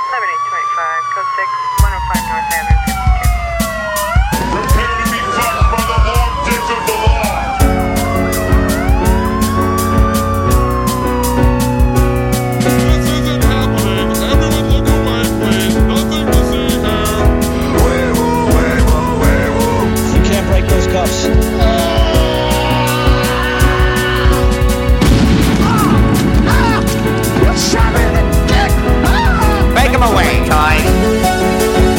7825, code 6, 105 North Avenue, 52. Prepare to be touched by the object of the law. This isn't happening. Everyone look away, please. Nothing to see here. You can't break those cuffs. Make him away, Ty.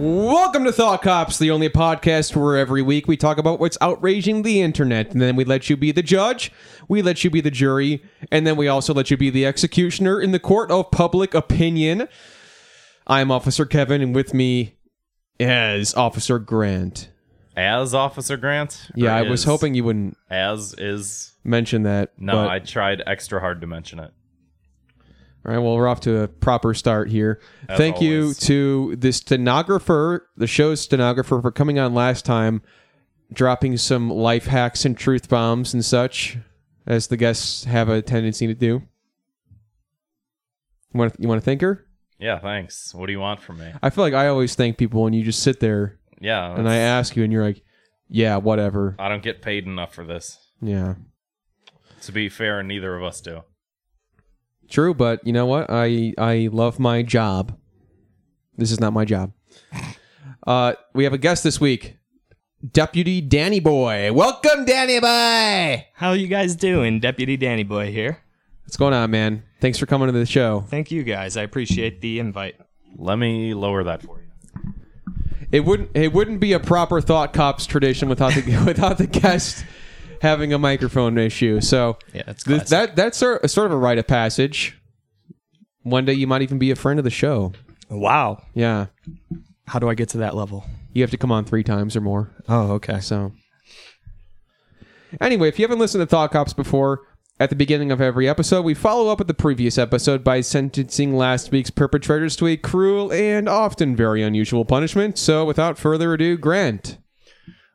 Welcome to Thought Cops, the only podcast where every week we talk about what's outraging the internet, and then we let you be the judge, we let you be the jury, and then we also let you be the executioner in the court of public opinion. I'm Officer Kevin, and with me is Officer Grant. As Officer Grant? Yeah, Or I was is? hoping you wouldn't As is. mention that. No, but- I tried extra hard to mention it. All right, well, we're off to a proper start here. As Thank you always. to the stenographer, the show's stenographer, for coming on last time, dropping some life hacks and truth bombs and such, as the guests have a tendency to do. You want to, you want to thank her? Yeah, thanks. What do you want from me? I feel like I always thank people, and you just sit there, Yeah. and I that's- ask you, and you're like, "Yeah, whatever." I don't get paid enough for this. Yeah, To be fair, neither of us do. true, but you know what? I I love my job. This is not my job. Uh, we have a guest this week, Deputy Danny Boy. Welcome, Danny Boy. How you guys doing? Deputy Danny Boy here. What's going on, man? Thanks for coming to the show. Thank you guys. I appreciate the invite. Let me lower that for you. It wouldn't it wouldn't be a proper Thought Cops tradition without the without the guest having a microphone issue. So Yeah, that's th- classic. that that's sort sort of a rite of passage. One day you might even be a friend of the show. Wow. Yeah, How do I get to that level? you have to come on three times or more. Oh, okay. So, anyway, if you haven't listened to Thought Cops before, at the beginning of every episode, we follow up with the previous episode by sentencing last week's perpetrators to a cruel and often very unusual punishment. So, without further ado, Grant.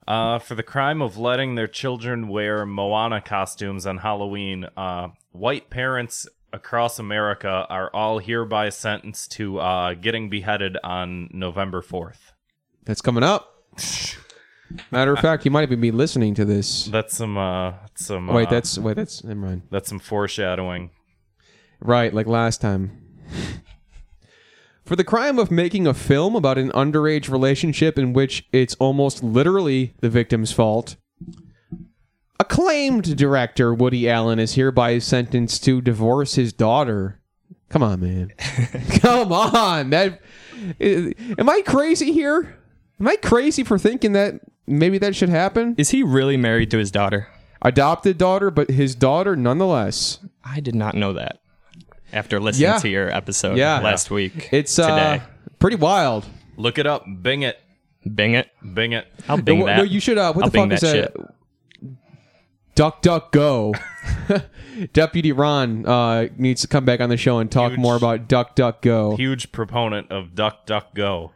Uh, for the crime of letting their children wear Moana costumes on Halloween, uh, white parents across America are all hereby sentenced to uh, getting beheaded on November 4th. That's coming up. Matter of fact, you might even be listening to this. That's some uh, some Wait, uh, that's wait, that's never mind. that's some foreshadowing. Right, like last time. For the crime of making a film about an underage relationship in which it's almost literally the victim's fault, acclaimed director Woody Allen is hereby sentenced to divorce his daughter. Come on, man. Come on. That am I crazy here? Am I crazy for thinking that maybe that should happen? Is he really married to his daughter? Adopted daughter, but his daughter nonetheless. I did not know that. After listening Yeah. to your episode Yeah. last week. It's uh, Today. pretty wild. Look it up. Bing it. Bing it. Bing it. I'll bing no, that. no, you should. Uh, what I'll the fuck bing is that that? Duck, duck, go. Deputy Ron uh, needs to come back on the show and talk Huge- more about Duck, Duck, Go. Huge proponent of Duck Duck Go.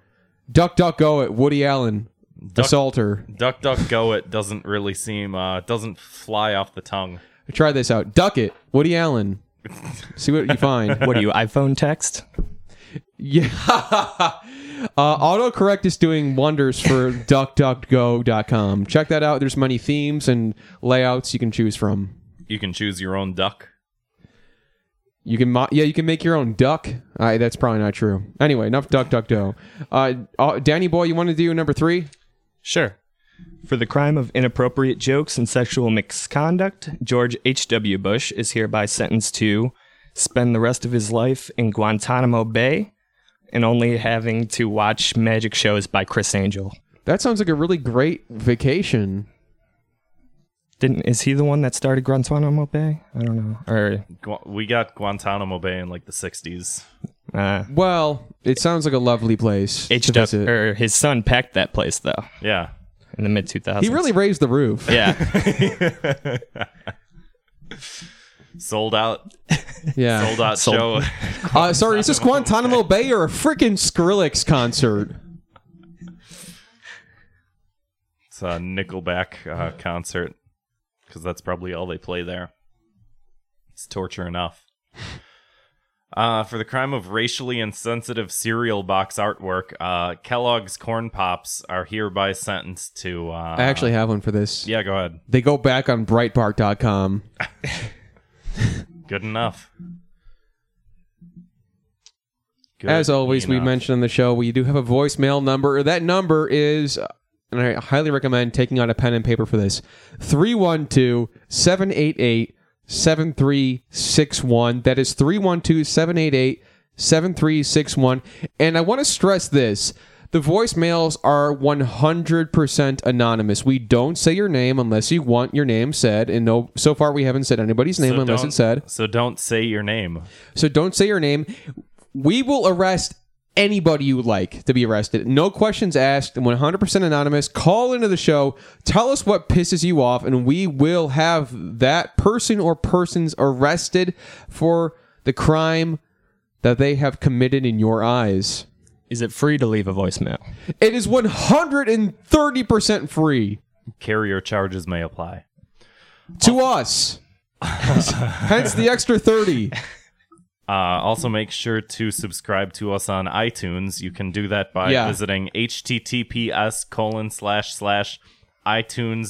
Duck, Duck, Go at Woody Allen Duck- assaulter. Duck Duck Go it doesn't really seem uh it doesn't fly off the tongue. Try this out. Duck it, Woody Allen. See what you find. What are you, iPhone text? Yeah. uh, autocorrect is doing wonders for duckduckgo.com. Check that out. There's many themes and layouts you can choose from. You can choose your own duck. You can, mo- yeah, you can make your own duck. Uh, that's probably not true. Anyway, enough duck, duck, dough. Uh, uh, Danny boy, you want to do number three? Sure. For the crime of inappropriate jokes and sexual misconduct, George H.W. Bush is hereby sentenced to spend the rest of his life in Guantanamo Bay and only having to watch magic shows by Chris Angel. That sounds like a really great vacation. Didn't is he the one that started Guantanamo Bay? I don't know. Or Gu- we got Guantanamo Bay in like the 60s. uh, Well, it sounds like a lovely place. to H.W. visit. or his son packed that place though. Yeah. in the mid 2000s. He really raised the roof. yeah. Sold out. Yeah. Sold out Sold. show. Uh, sorry, is this Guantanamo Bay or a freaking Skrillex concert? It's a Nickelback uh, concert because that's probably all they play there. It's torture enough. Uh, for the crime of racially insensitive cereal box artwork, uh, Kellogg's Corn Pops are hereby sentenced to. Uh, I actually have one for this. yeah, go ahead. They go back on Breitbart.com. Good enough. Good As always, we enough. mentioned on the show, we do have a voicemail number. That number is, and I highly recommend taking out a pen and paper for this 312 788 7361. That is 312 788 7361. And I want to stress this the voicemails are 100% anonymous. We don't say your name unless you want your name said. And no, so far we haven't said anybody's name So unless don't- it's said. So don't say your name. So don't say your name. We will arrest anybody you like to be arrested. No questions asked, 100% anonymous. Call into the show, tell us what pisses you off, and we will have that person or persons arrested for the crime that they have committed in your eyes. Is it free to leave a voicemail? It is 130% free Carrier charges may apply. to us. Hence the extra 30. Uh, also, make sure to subscribe to us on iTunes. You can do that by Yeah. visiting https colon slash slash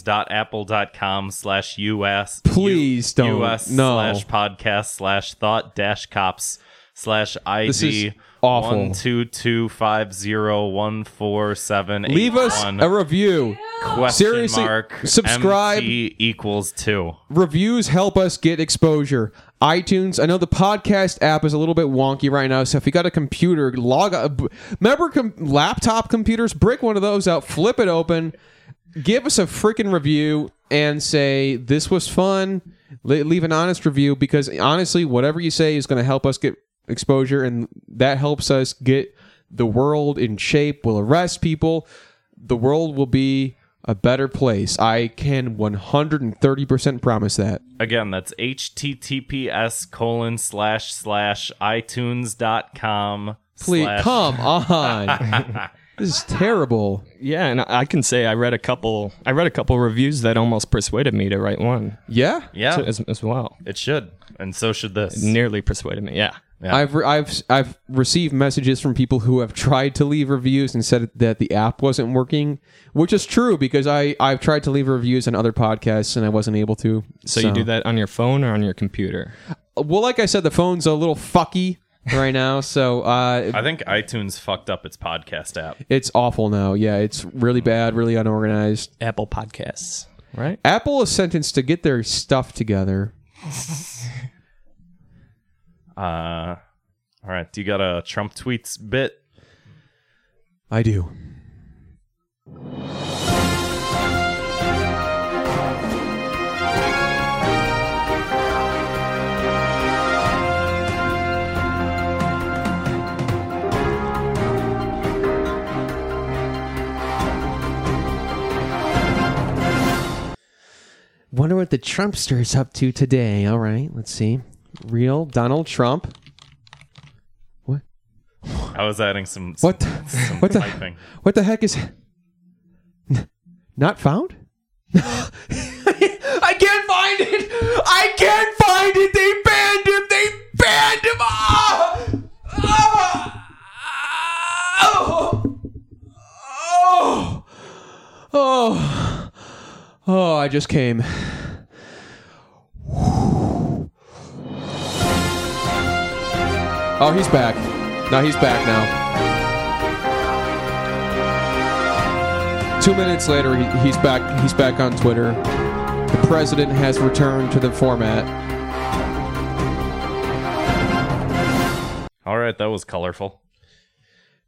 itunes.apple.com slash us Please U- don't. us No. slash podcast slash thought dash cops slash id This is awful. one two two five zero one four seven eight Leave us one. a review. question Seriously, mark subscribe. MT equals two reviews help us get exposure. iTunes, I know the podcast app is a little bit wonky right now, so if you got a computer, log a b- remember com- laptop computers, brick one of those out, flip it open, give us a freaking review and say this was fun. Le- leave an honest review because honestly, whatever you say is going to help us get exposure and that helps us get the world in shape. We'll arrest people the world will be a better place. I can 130% promise that. Again, that's https colon slash slash itunes.com. Please, slash- come on. this is terrible. Yeah, and I can say I read a couple. I read a couple reviews that almost persuaded me to write one Yeah. Yeah, too, as, as well. it should. And so should this. Nearly persuaded me. Yeah. I've, re- I've I've received messages from people who have tried to leave reviews and said that the app wasn't working, which is true because I I've tried to leave reviews on other podcasts and I wasn't able to. So, you do that on your phone or on your computer? Well, like I said, the phone's a little fucky right now, so uh, I think iTunes fucked up its podcast app. it's awful now. Yeah, it's really bad, really unorganized. Apple Podcasts, right? Apple is sentenced to get their stuff together. Uh, all right. Do you got a Trump tweets bit? I do. Wonder what the Trumpster's up to today. All right, let's see. Real Donald Trump. I was adding some. What? the- Some what the? typing. What the heck is not found? I can't find it. I can't find it. They banned him. They banned him. Ah! Ah! Oh! Oh! Oh! Oh! I just came. Oh, he's back. No, he's back now. Two minutes later, he, he's back. He's back on Twitter. The president has returned to the format. All right. That was colorful.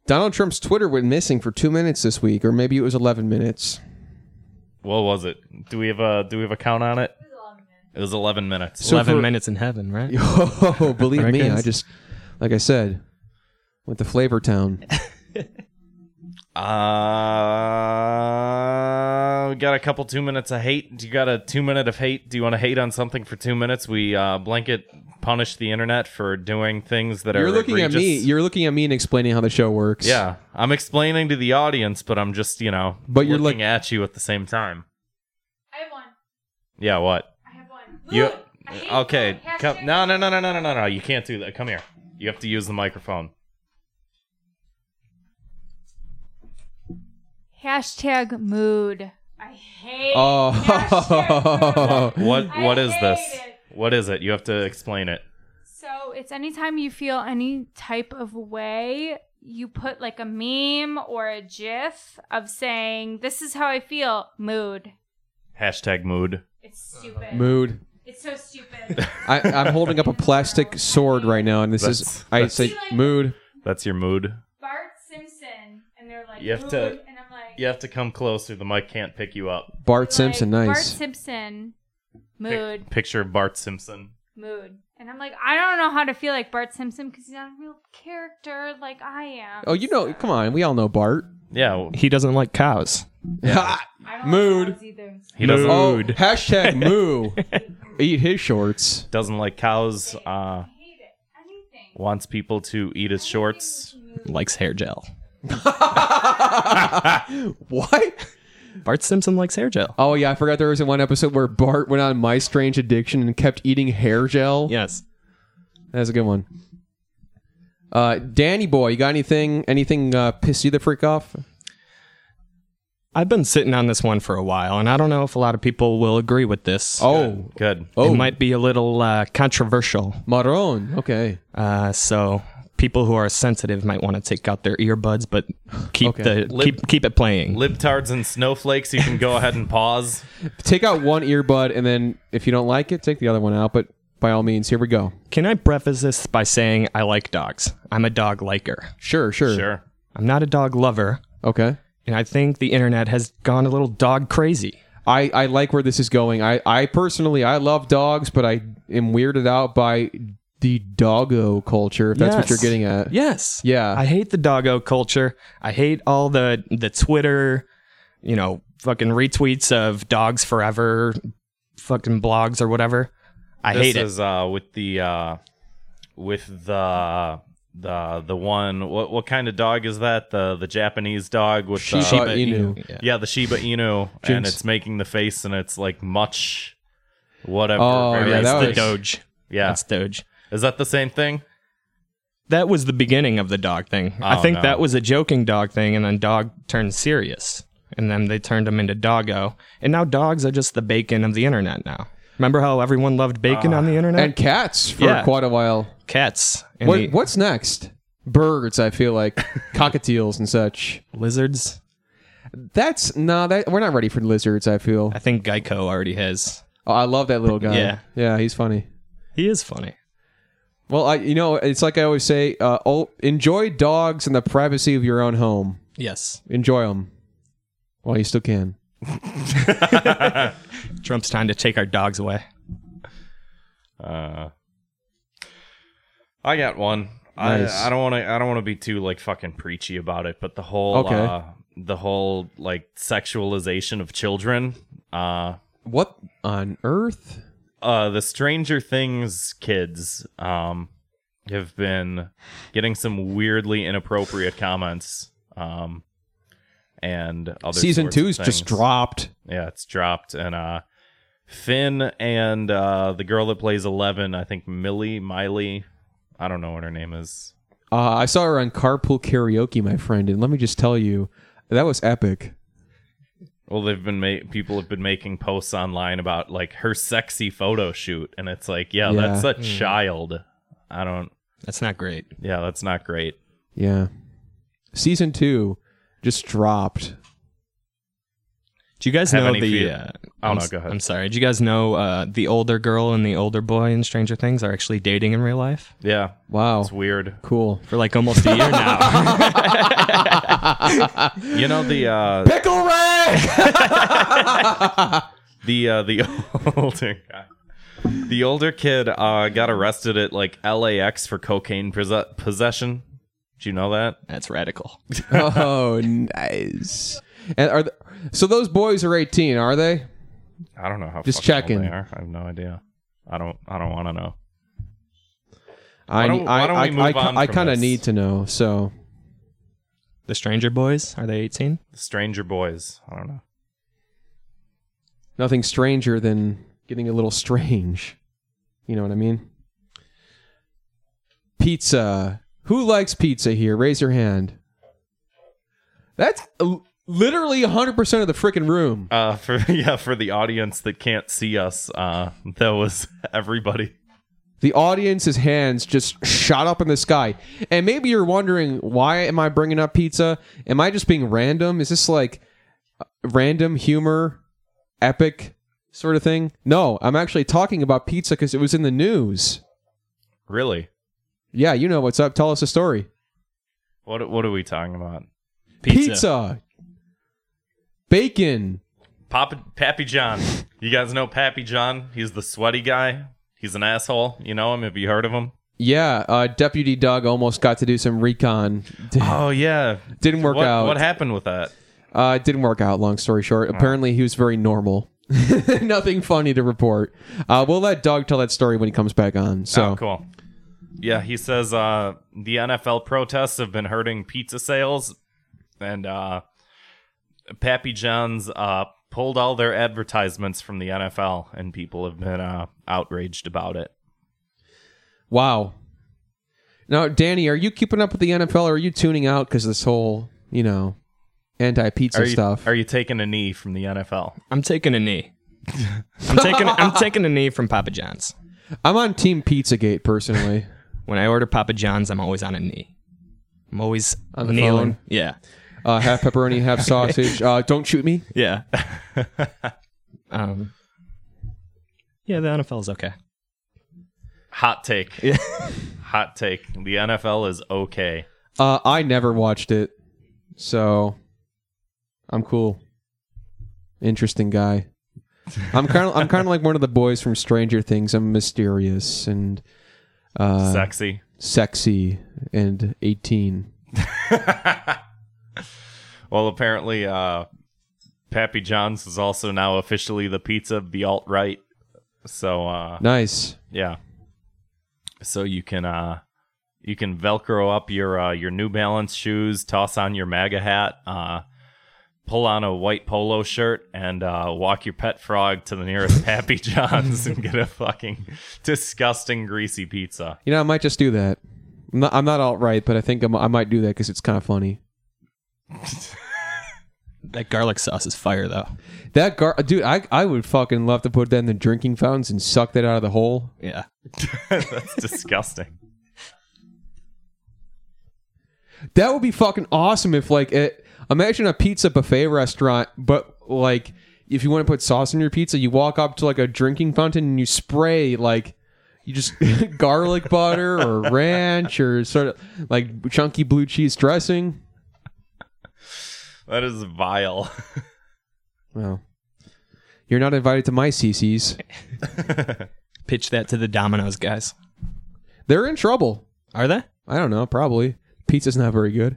Donald Trump's Twitter went missing for two minutes this week, or maybe it was eleven minutes. What was it? Do we have a Do we have a count on it? It was eleven minutes. So Eleven for- minutes in heaven, right? Oh, believe me, Americans. I just, like I said, went to Flavor Town. Uh, got a couple two minutes of hate? Do you got a two minute of hate? Do you want to hate on something for two minutes? We uh, blanket punish the internet for doing things that are. You're looking at me. egregious. You're looking at me and explaining how the show works. yeah, I'm explaining to the audience, but I'm just you know, But you're looking look- at you at the same time. I have one. Yeah, what? I have one. You Look, I hate okay? that. Hashtag- Come, no, no, no, no, no, no, no, no. You can't do that. Come here. You have to use the microphone. Hashtag mood. I hate. Oh. Oh. hashtag mood. What? I What is hate this? it. What is it? You have to explain it. So it's anytime you feel any type of way, you put like a meme or a GIF of saying, "This is how I feel." Mood. Hashtag mood. It's stupid. Mood. It's so stupid. I, I'm holding up a plastic sword right now, and this That's- is I that's- say mood. That's your mood. Bart Simpson, and they're like, You have "Mood," to- and I'm like, You have to come closer. The mic can't pick you up. Bart Simpson, like, Bart nice. Simpson, Pic- mood, picture of Bart Simpson. mood. And I'm like, I don't know how to feel like Bart Simpson because he's not a real character like I am. oh, you know, come on, we all know Bart. Yeah, well, He doesn't like cows. Ha! I don't Mood. Like cows either. he doesn't Oh, Mood. hashtag moo. Eat his shorts. doesn't like cows. Uh, I hate it. Anything. wants people to eat his shorts. Likes hair gel. What? Bart Simpson likes hair gel. Oh yeah, I forgot there was one episode where Bart went on My Strange Addiction and kept eating hair gel. Yes. That's a good one. Uh, Danny boy, you got anything? Anything uh, piss you the freak off? I've been sitting on this one for a while, and I don't know if a lot of people will agree with this. Oh, Good. oh, It might be a little uh, controversial. Marron. Okay. Uh, so people who are sensitive might want to take out their earbuds, but keep Okay. the Lib- keep keep it playing. Libtards and snowflakes. You can go ahead and pause. Take out one earbud, and then if you don't like it, take the other one out. But by all means, here we go. Can I preface this by saying I like dogs? I'm a dog liker. Sure, sure, Sure. I'm not a dog lover, Okay. and I think the internet has gone a little dog crazy. I, I like where this is going. I, I personally I love dogs, but I am weirded out by the doggo culture. If that's what Yes. you're getting at. Yes. Yeah. I hate the doggo culture. I hate all the the Twitter, you know, fucking retweets of dogs forever, fucking blogs or whatever. I this hate it. is uh with the uh with the the the one what what kind of dog is that the the Japanese dog with Shiba the Shiba Inu. Inu, yeah. yeah the Shiba Inu and Jinx. it's making the face and it's like much whatever Oh, very- yeah, That's that the was- Doge. yeah That's Doge. is that the same thing That was the beginning of the dog thing. I Oh, think no. that was a joking dog thing, and then dog turned serious, and then they turned him into doggo, and now dogs are just the bacon of the internet now. Remember how everyone loved Ah. bacon on the internet? And cats for Yeah. quite a while. cats and the What, what's next? Birds, I feel like cockatiels and such. lizards. That's no, that we're not ready for lizards. I feel. I think Geico already has. Oh, I love that little guy. Yeah. yeah, he's funny. He is funny. Well, I you know it's like I always say, uh, oh, enjoy dogs in the privacy of your own home. Yes. Enjoy them while you still can. Trump's trying to take our dogs away. uh I got one Nice. I I don't want to I don't want to be too like fucking preachy about it but the whole Okay. uh the whole like sexualization of children uh What on earth? uh the Stranger Things kids um have been getting some weirdly inappropriate comments um and other Season sorts of two's just things. dropped. yeah it's dropped and uh Finn and uh the girl that plays 11 I think Millie Miley I don't know what her name is Uh, I saw her on Carpool Karaoke, my friend, and let me just tell you, that was epic. well they've been ma- people have been making posts online about like her sexy photo shoot and it's like yeah, Yeah. that's a child I don't That's not great. yeah that's not great Yeah, season two just dropped. Do you guys Have know any the? fear- Uh, Oh, I'm, no, s- go ahead. I'm sorry. Do you guys know uh, the older girl and the older boy in Stranger Things are actually dating in real life yeah Wow, it's weird cool. for like almost a year now? You know the uh, Pickle rack. the uh, the older guy. The older kid uh, got arrested at like LAX for cocaine pose- possession. Do you know that? That's radical. oh, nice. And are th- so those boys are 18, are they? I don't know how. Just fucking checking. old They are. I have no idea. I don't. I don't want to know. I Why don't- why don't we move on from kind of this? need to know. So The Stranger Boys, are they 18? Stranger Boys. I don't know. nothing stranger than getting a little strange. You know what I mean? Pizza. Who likes pizza here? Raise your hand. That's l- literally 100% of the freaking room. Uh, for yeah, for the audience that can't see us, uh, that was everybody. The audience's hands just shot up in the sky. And maybe you're wondering, why am I bringing up pizza? Am I just being random? Is this like uh, random humor, epic sort of thing? No, I'm actually talking about pizza because it was in the news. Really? Yeah, you know what's up. Tell us a story. What What are we talking about? Pizza. Bacon. Papa Pappy John. You guys know Pappy John? He's the sweaty guy. He's an asshole. You know him? Have you heard of him? Yeah, uh, Deputy Doug almost got to do some recon. Oh yeah. didn't work What, out. what happened with that? Uh, it didn't work out. Long story uh. short, apparently he was very normal. Nothing funny to report. Uh, we'll let Doug tell that story when he comes back on. So Oh, cool. Yeah, he says uh, the NFL protests have been hurting pizza sales, and uh, Pappy John's uh, pulled all their advertisements from the NFL, and people have been uh, outraged about it. wow. Now, Danny, are you keeping up with the NFL, or are you tuning out because this whole you know anti-pizza Are you, stuff? are you taking a knee from the NFL? I'm taking a knee. I'm taking I'm taking a knee from Papa John's. I'm on Team Pizzagate personally. When I order Papa John's, I'm always on a knee. I'm always On the kneeling. phone. Yeah. uh, half pepperoni, half sausage. Uh, don't shoot me. Yeah. um, yeah, the NFL's okay. Hot take. Hot take. The NFL is okay. Uh, I never watched it, so I'm cool. Interesting guy. I'm kind of I'm kind of like one of the boys from Stranger Things. I'm mysterious and uh, Sexy. sexy and 18. Well, apparently, uh, Pappy John's is also now officially the pizza of the alt right. So, uh, Nice. Yeah. So you can uh you can velcro up your uh, your New Balance shoes, toss on your MAGA hat, uh, pull on a white polo shirt, and uh, walk your pet frog to the nearest Happy John's and get a fucking disgusting greasy pizza. You know, I might just do that. I'm not, I'm not outright, but I think I'm, I might do that because it's kind of funny. That garlic sauce is fire, though. That gar- dude, I I would fucking love to put that in the drinking fountains and suck that out of the hole. Yeah. That's disgusting. That would be fucking awesome if like it, imagine a pizza buffet restaurant, but like if you want to put sauce on your pizza, you walk up to like a drinking fountain and you spray like you just garlic butter or ranch or sort of like chunky blue cheese dressing. That is vile. Well, you're not invited to my CC's. Pitch that to the Domino's guys. They're in trouble. Are they? I don't know. Probably pizza's not very good.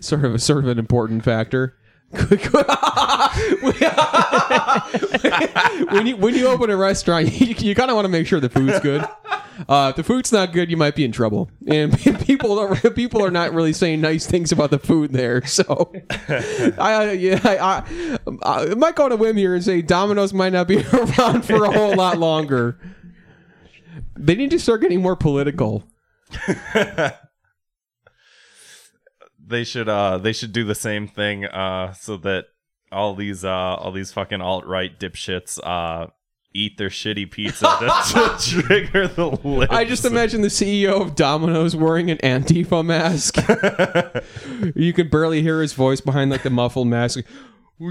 sort of sort of an important factor. when you when you open a restaurant, you, you kind of want to make sure the food's good. Uh, if the food's not good, you might be in trouble, and people don't, people are not really saying nice things about the food there. So, I, yeah, I, I, I might go on a whim here and say Domino's might not be around for a whole lot longer. They need to start getting more political. they should uh they should do the same thing uh so that all these uh all these fucking alt right dipshits uh eat their shitty pizza to, to trigger the list. I just imagine the CEO of Domino's wearing an Antifa mask. you can barely hear his voice behind like the muffled mask.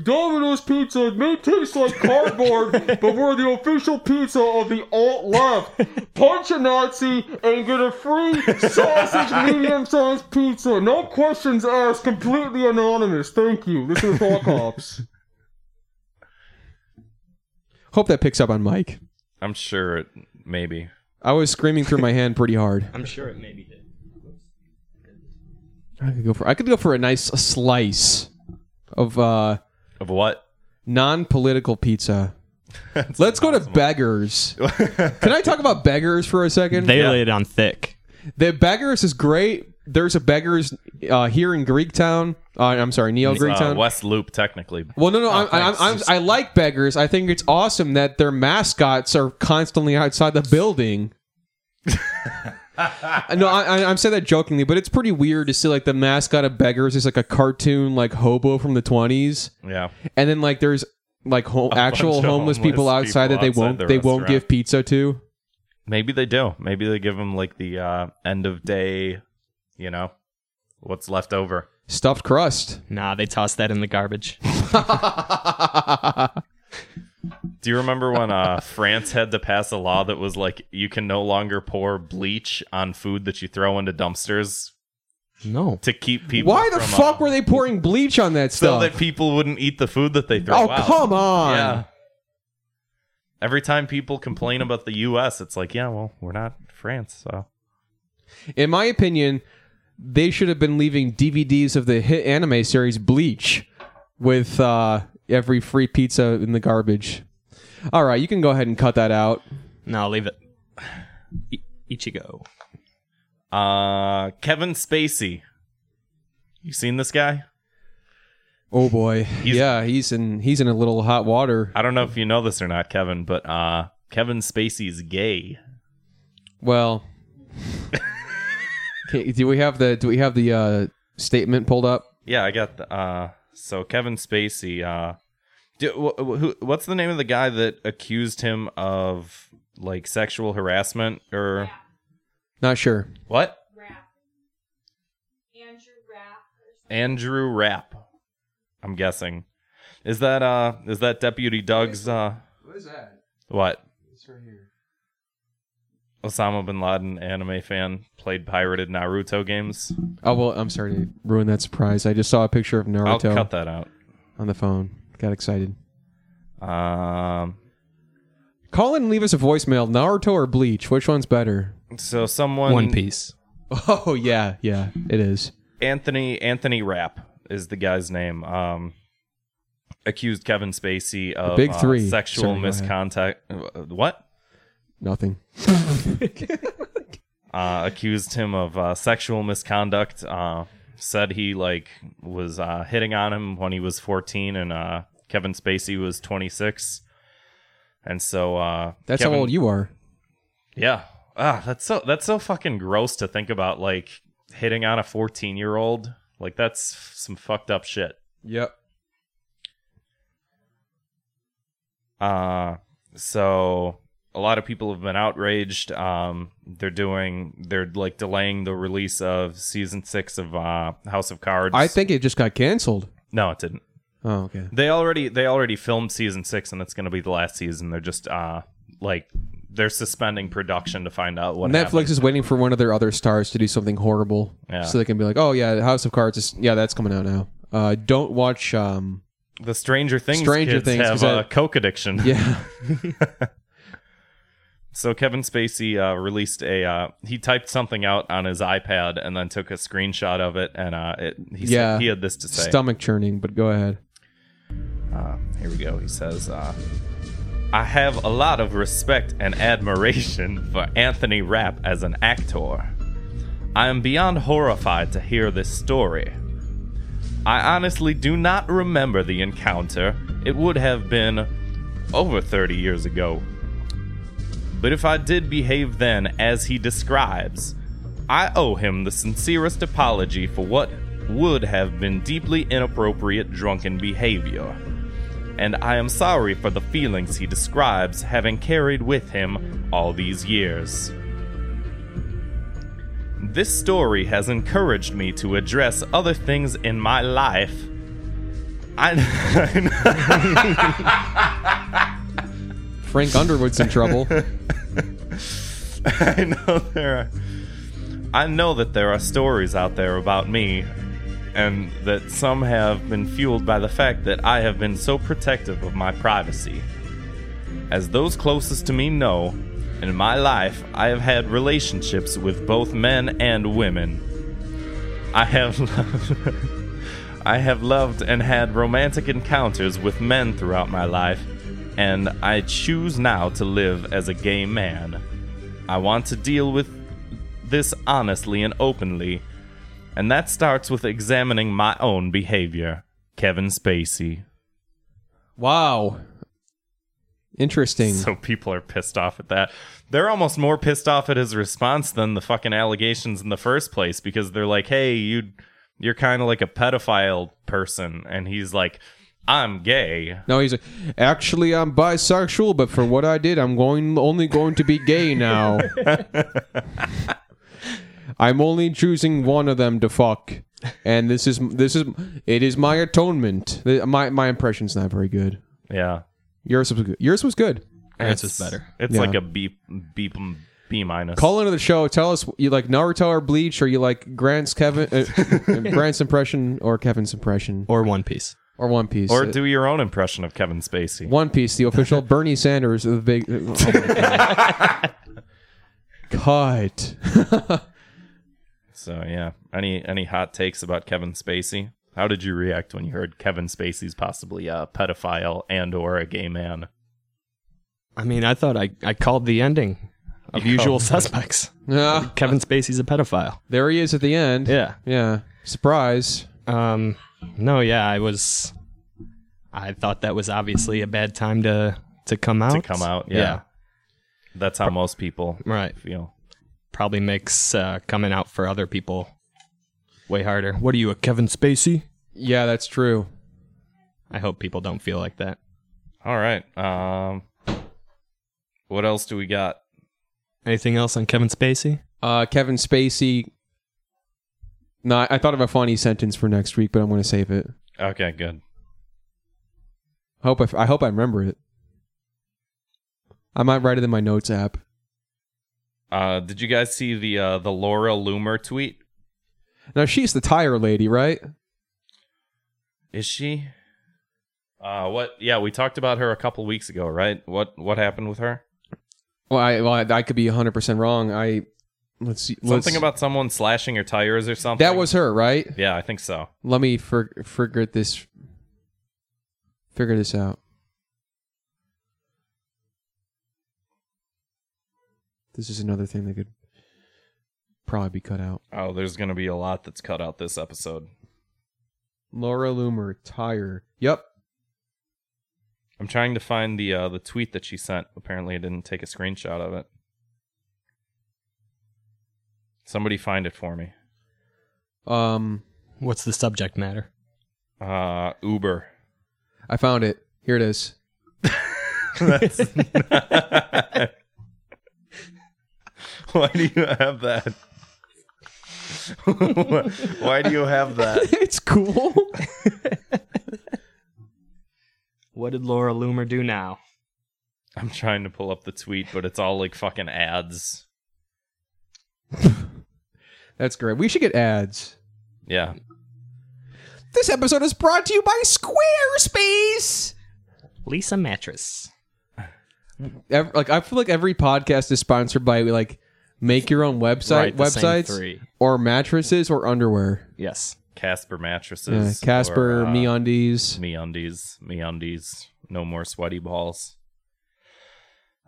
Domino's pizza may taste like cardboard, but we're the official pizza of the alt left. Punch a Nazi and get a free sausage medium sized pizza. No questions asked, completely anonymous. Thank you. This is Thought Cops. Hope that picks up on Mike. I'm sure it maybe. I was screaming through my hand pretty hard. I'm sure it maybe did. I could go for I could go for a nice slice. of uh, Of what? non-political pizza. Let's go to Beggars. Can I talk about Beggars for a second? They laid on thick. The Beggars is great. There's a Beggars uh, here in Greektown. Uh, I'm sorry, Neo Uh, Greektown. West Loop, technically. well, no, no, I'm, I'm, I'm, I like Beggars. I think it's awesome that their mascots are constantly outside the building. no, I, I, I'm saying that jokingly, but it's pretty weird to see like the mascot of Beggars is like a cartoon like hobo from the 20s Yeah. and then like there's like ho- actual bunch of homeless, people homeless outside people that they outside won't the they won't restaurant. give pizza to. Maybe they do. Maybe they give them like the uh, end of day, you know, what's left over. Stuffed crust. Nah, they tossed that in the garbage. Do you remember when uh, France had to pass a law that was like you can no longer pour bleach on food that you throw into dumpsters No. to keep people? Why the from, uh, fuck were they pouring bleach on that so stuff? that people wouldn't eat the food that they throw oh out? come on! Yeah. Every time people complain about the U.S., it's like, yeah, well, we're not France, so In my opinion, they should have been leaving DVDs of the hit anime series Bleach with uh, every free pizza in the garbage. All right, you can go ahead and cut that out. No, leave it. I- Ichigo. Uh, Kevin Spacey. You seen this guy? Oh boy, yeah, he's in he's in a little hot water. I don't know if you know this or not, Kevin, but uh, Kevin Spacey's gay. Well, Okay, do we have the do we have the uh, statement pulled up? Yeah, I got the. Uh, so Kevin Spacey. Uh, do, wh- wh- who, what's the name of the guy that accused him of like sexual harassment or Not sure. what? Rap. Andrew Rap. Andrew Rapp. I'm guessing. Is that uh? Is that Deputy Doug's uh? What is that? What? It's right here. Osama bin Laden anime fan played pirated Naruto games. Oh well, I'm sorry to ruin that surprise. I just saw a picture of I'll Naruto cut that out. on the phone. Got excited. Um, Call in and leave us a voicemail. Naruto or Bleach? Which one's better? so someone Piece. Oh yeah, yeah, it is. Anthony Anthony Rapp is the guy's name. Um, accused Kevin Spacey of big uh, three. sexual Sorry, go ahead. misconduct. uh, What? Nothing. Uh, accused him of uh, sexual misconduct. Uh, said he like was uh, hitting on him when he was 14, and uh, Kevin Spacey was 26. And so uh, That's Kevin- how old you are. Yeah. Ah, that's so that's so fucking gross to think about like hitting on a 14-year-old. Like that's f- some fucked up shit. Yep. Uh so a lot of people have been outraged. Um they're doing they're like delaying the release of season 6 of uh House of Cards. I think it just got canceled. No, it didn't. Oh okay. They already they already filmed season 6 and it's going to be the last season. They're just uh like they're suspending production to find out what Netflix happened. is waiting for one of their other stars to do something horrible, Yeah. so they can be like, "Oh yeah, House of Cards is yeah, that's coming out now." Uh, don't watch. Um, The Stranger Things Stranger kids Things, have 'cause a I- coke addiction. yeah, So Kevin Spacey uh, released a uh, he typed something out on his iPad and then took a screenshot of it and uh, it he Yeah. said, he had this to say. stomach churning. But go ahead. Uh, here we go. He says, uh, "I have a lot of respect and admiration for Anthony Rapp as an actor. I am beyond horrified to hear this story. I honestly do not remember the encounter. It would have been over 30 years ago. But if I did behave then as he describes, I owe him the sincerest apology for what would have been deeply inappropriate drunken behavior. And I am sorry for the feelings he describes having carried with him all these years. This story has encouraged me to address other things in my life. I. Frank Underwood's in trouble. I know there are. I know that there are stories out there about me, and that some have been fueled by the fact that I have been so protective of my privacy. As those closest to me know, in my life I have had relationships with both men and women. I have. I have loved and had romantic encounters with men throughout my life, and I choose now to live as a gay man. I want to deal with this honestly and openly, and that starts with examining my own behavior. Kevin Spacey. Wow. Interesting. So people are pissed off at that. They're almost more pissed off at his response than the fucking allegations in the first place because they're like, "Hey, you you're kind of like a pedophile person." And he's like, "I'm gay." no, he's like, actually, I'm bisexual, but for what I did, I'm going only going to be gay now. I'm only choosing one of them to fuck, and this is this is it is my atonement. The- My my impression's not very good. Yeah. Yours was good. Yours was good. That's just better. It's Yeah. like a B B B minus. Call into the show. Tell us you like Naruto or Bleach, or you like Grant's Kevin, uh, Grant's impression, or Kevin's impression, Or One Piece. or One Piece, or Uh, do your own impression of Kevin Spacey. One Piece, the official Bernie Sanders of the big. oh my God. Cut. So yeah. Any any hot takes about Kevin Spacey? How did you react when you heard Kevin Spacey's possibly a pedophile and or a gay man? I mean, I thought I, I called the ending of Usual Suspects. Ah, Kevin Spacey's a pedophile. there he is at the end. Yeah. Yeah. Surprise. Um, no, yeah, I was. I thought that was obviously a bad time to to come out. come out, yeah. That's how most people yeah. Right. feel. Probably makes uh, coming out for other people way harder. What are you, a Kevin Spacey? Yeah, that's true. I hope people don't feel like that. All right. Um what else do we got? Anything else on Kevin Spacey? Uh, Kevin Spacey. No, I thought of a funny sentence for next week, but I'm going to save it. Okay, good. Hope I, I hope I remember it. I might write it in my notes app. Uh did you guys see the uh the Laura Loomer tweet? Now she's the tire lady, right? Is she? Uh what yeah, we talked about her a couple weeks ago, right? What what happened with her? Well, I, well, I, I could be 100 percent wrong. I let's see. let's- Something about someone slashing her tires or something. that was her, right? Yeah, I think so. Let me fig- figure this figure this out. This is another thing that could probably be cut out. Oh, there's gonna be a lot that's cut out this episode. Laura Loomer tire. Yep. I'm trying to find the uh the tweet that she sent. Apparently I didn't take a screenshot of it. Somebody find it for me. Um, What's the subject matter? Uh Uber. I found it. Here it is. Why do you have that? Why do you have that? it's cool. What did Laura Loomer do now? I'm trying to pull up the tweet, but it's all like fucking ads. That's great. We should get ads. Yeah. This episode is brought to you by Squarespace. Lisa Mattress. Ev- like I feel like every podcast is sponsored by like make your own website Right, the same websites three. or mattresses or underwear. Yes. Casper Yeah, mattresses. Casper, or, uh, MeUndies. Me undies, me undies, no more sweaty balls.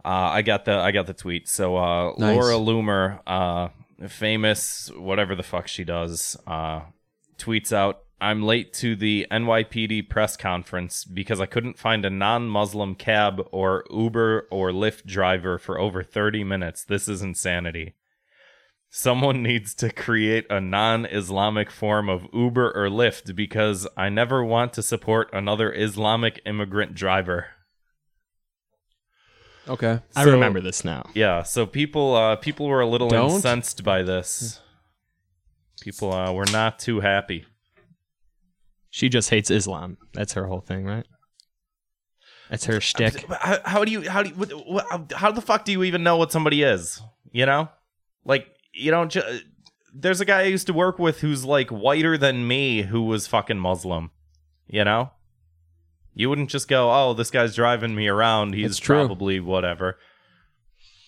Uh, I got the I got the tweet. So uh, Nice. Laura Loomer, uh, famous whatever the fuck she does, uh, tweets out, "I'm late to the NYPD press conference because I couldn't find a non-Muslim cab or Uber or Lyft driver for over 30 minutes. This is insanity." Someone needs to create a non Islamic form of Uber or Lyft because I never want to support another Islamic immigrant driver. Okay. I So- remember this now. Yeah, so people uh, people were a little Don't? incensed by this. People uh, were not too happy. She just hates Islam. That's her whole thing, right? That's her shtick. How, how do you how do you, what- what, how the fuck do you even know what somebody is? You know, like you don't. Ju- There's a guy I used to work with who's like whiter than me who was fucking Muslim. You know, you wouldn't just go, "Oh, this guy's driving me around. He's That's true. probably whatever."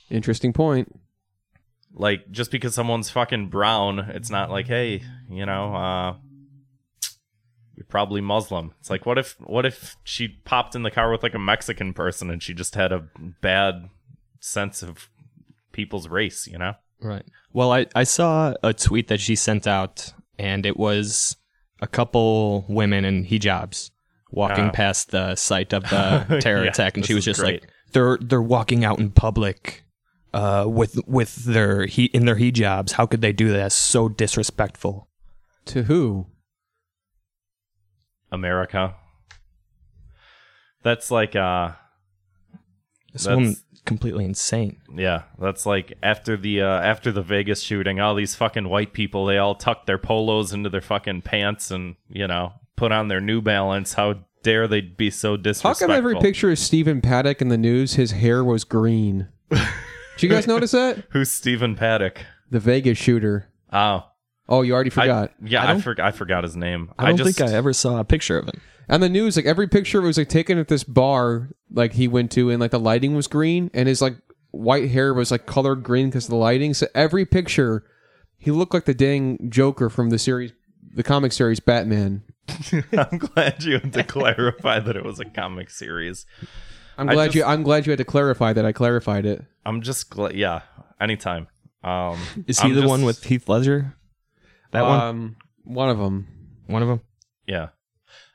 Interesting point. Like just because someone's fucking brown, it's not like, hey, you know, uh, You're probably Muslim. It's like what if what if she popped in the car with like a Mexican person and she just had a bad sense of people's race, you know? Right. Well, I, I saw a tweet that she sent out, and it was a couple women in hijabs walking Ah. past the site of the terror Yeah, attack, and she this was is just great. like, "They're they're walking out in public, uh, with with their he in their hijabs. How could they do that? So disrespectful." To who? America. That's like uh This That's- woman completely insane. Yeah, that's like after the uh, after the Vegas shooting, all these fucking white people they all tuck their polos into their fucking pants and you know put on their New Balance. How dare they be so How disrespectful? come every picture of Stephen Paddock in the news, his hair was green? Did you guys notice that? Who's Stephen Paddock? The Vegas shooter. Oh, Oh, you already forgot. I, yeah, I I, don't- forg I forgot his name. I don't just, think I ever saw a picture of him. on the news, like every picture was like taken at this bar, like he went to, and like the lighting was green, and his like white hair was like colored green because of the lighting. So every picture, he looked like the dang Joker from the series, the comic series Batman. I'm glad you had to clarify that it was a comic series. I'm I glad just- you. I'm glad you had to clarify that. I clarified it. I'm just glad. Yeah, anytime. Um, Is he I'm the just- Uh, one with Heath Ledger? That one, Um, one of them. one of them. Yeah.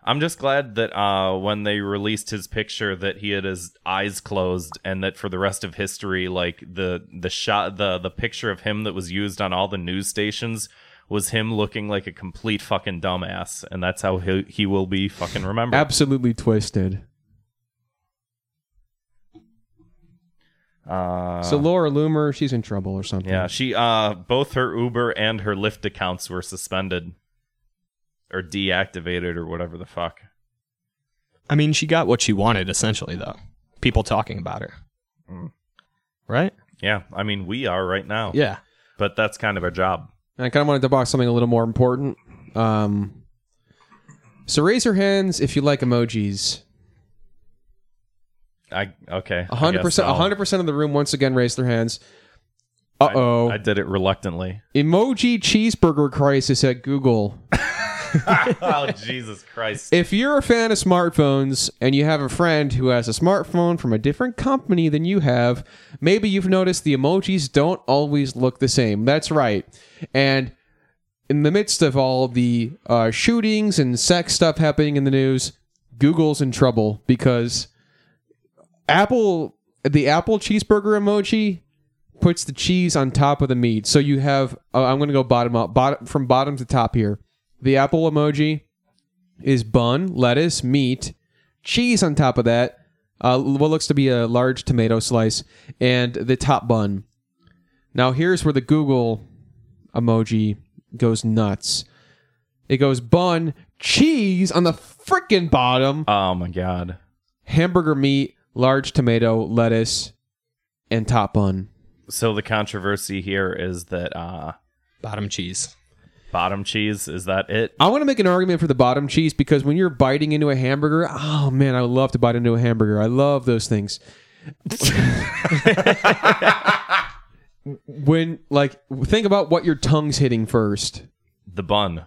I'm just glad that uh, when they released his picture, that he had his eyes closed, and that for the rest of history, like the the shot, the the picture of him that was used on all the news stations was him looking like a complete fucking dumbass, and that's how he he will be fucking remembered. Absolutely twisted. uh, So Laura Loomer, she's in trouble or something. yeah, she uh, both her Uber and her Lyft accounts were suspended or deactivated or whatever the fuck. I mean, she got what she wanted essentially, though. People talking about her, Hmm. right? Yeah, I mean we are right now. Yeah. but that's kind of our job. And I kind of wanted to box something a little more important. Um, so raise your hands if you like emojis. I okay. I hundred guess percent. I'll- hundred percent of the room once again raised their hands. Uh oh. I did it reluctantly. Emoji cheeseburger crisis at Google. oh Jesus Christ! If you're a fan of smartphones and you have a friend who has a smartphone from a different company than you have, maybe you've noticed the emojis don't always look the same. That's right. And in the midst of all the uh, shootings and sex stuff happening in the news, Google's in trouble because Apple, the Apple cheeseburger emoji, puts the cheese on top of the meat. So you have, uh, I'm going to go bottom up, bottom from bottom to top here. The Apple emoji is bun, lettuce, meat, cheese on top of that, uh, what looks to be a large tomato slice, and the top bun. Now, here's where the Google emoji goes nuts. It goes bun, cheese on the freaking bottom, Oh my God! hamburger meat, large tomato, lettuce, and top bun. So the controversy here is that uh, Bottom cheese. bottom cheese is that it? I want to make an argument for the bottom cheese because when you're biting into a hamburger, oh man, I would love to bite into a hamburger. I love those things. when like think about what your tongue's hitting first. The bun.